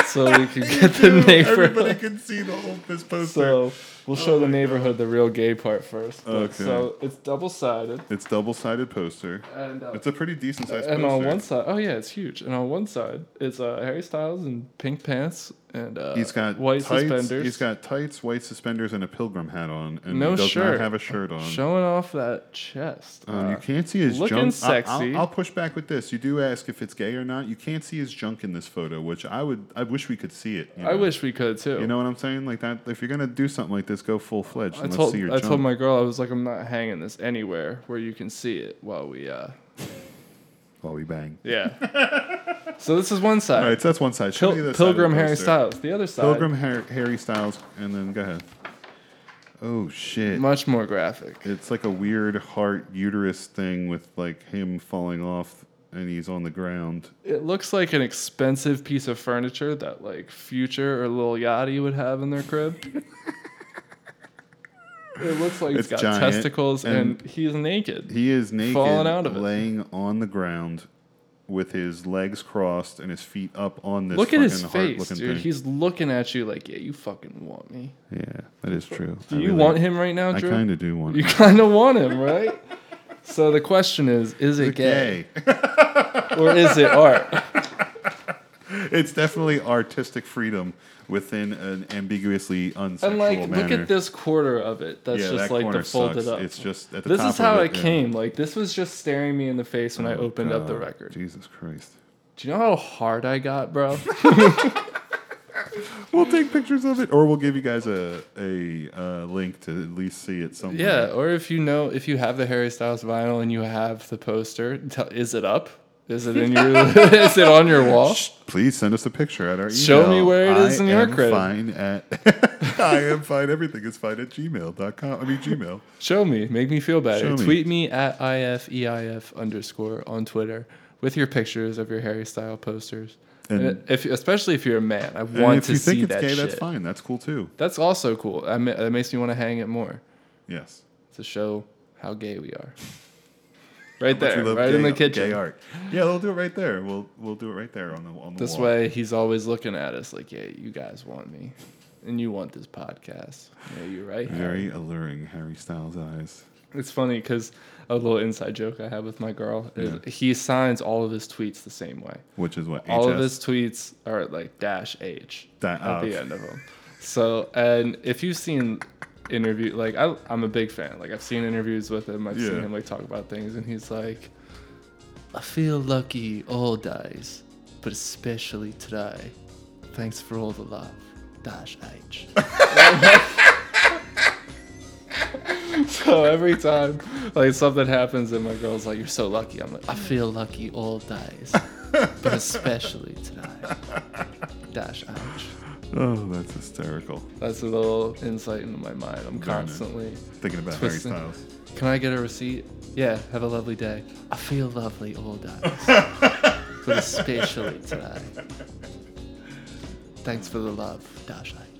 so we could You get the do. neighborhood. Everybody can see the whole- this poster. So we'll show the neighborhood the real gay part first. But- Okay. So it's double sided. It's double sided poster. And, uh, it's a pretty decent sized and poster. on one side, oh yeah, it's huge. And on one side, it's uh, Harry Styles in pink pants and uh, he's got white tights, suspenders. He's got tights, white suspenders, and a pilgrim hat on, and no he does shirt. not have a shirt on. Showing off that chest. Um, you Uh, can't see his looking junk. I- sexy. I'll- I'll, push back with this. You do ask if it's gay or not. You can't see his junk in this photo, which I would. I wish we could see it. you I know? wish we could too. You know what I'm saying? Like that. If you're gonna do something like this, go full fledged. I and told let's see your I junk. told my girl I was like, I'm not hanging this anywhere where you can see it while we uh while we bang. yeah. so this is one side. All right, so that's one side. Show Pil- me the other side of the Pilgrim Harry poster. Styles. The other side. Pilgrim Har- Harry Styles, and then go ahead. Oh shit! Much more graphic. It's like a weird heart uterus thing with like him falling off, and he's on the ground. It looks like an expensive piece of furniture that like Future or Lil Yachty would have in their crib. it looks like it's got giant, testicles and, he's naked. He is naked, Falling out of it. laying on the ground with his legs crossed and his feet up on this. Look at his fucking heart face, looking dude. Thing. He's looking at you like, yeah, you fucking want me. yeah, that is true. Do I you really- want him right now, I Drew? kind of do want. You him. kind of want him, right? so the question is, is it gay? or is it art? It's definitely artistic freedom within an ambiguously unsexual And like, manner. look at this quarter of it. That's Yeah, just that like corner the folded sucks. up. It's just at the this top is how of it, it, yeah. Oh, came. Like this was just staring me in the face when I opened up the God, record. Jesus Christ! Do you know how hard I got, bro? We'll take pictures of it, or we'll give you guys a a uh, link to at least see it somewhere. yeah. Or if you know, if you have the Harry Styles vinyl and you have the poster, tell, is it up? Is it in your? is it on your wall? Please send us a picture at our email. Show me where it is I in your am credit. Fine at I am fine. Everything is fine at gmail.com. I mean, Gmail. Show me. Make me feel better. Show me. Tweet me at ifeif underscore on Twitter with your pictures of your Harry Style posters. And- And if, especially if you're a man, I And want if to you see think it's that gay, shit. that's fine. That's cool too. That's also cool. That ma- that makes me want to hang it more. Yes. To show how gay we are. Right How much we there, love right in gay- the kitchen. Gay art. Yeah, we'll do it right there. We'll we'll do it right there on the on the This wall. way, he's always looking at us like, "Yeah, you guys want me, and you want this podcast." Yeah, you're right. Very alluring, Harry Styles eyes. It's funny because a little inside joke I have with my girl is Yeah. he signs all of his tweets the same way. Which is what, all of HS? his tweets are like dash H Da- at the oh. end of them. So, and if you've seen interview, like I, I'm a big fan. Like I've seen interviews with him. I've seen Yeah. him like talk about things, and he's like, "I feel lucky all days, but especially today. Thanks for all the love." Dash H. so every time like something happens and my girl's like you're so lucky i'm like i feel lucky all days but especially today dash ouch Oh, that's hysterical. that's a little insight into my mind i'm Very nice. constantly Thinking about Harry twisting- Styles. can i get a receipt yeah have a lovely day i feel lovely all days but especially today thanks for the love dash ouch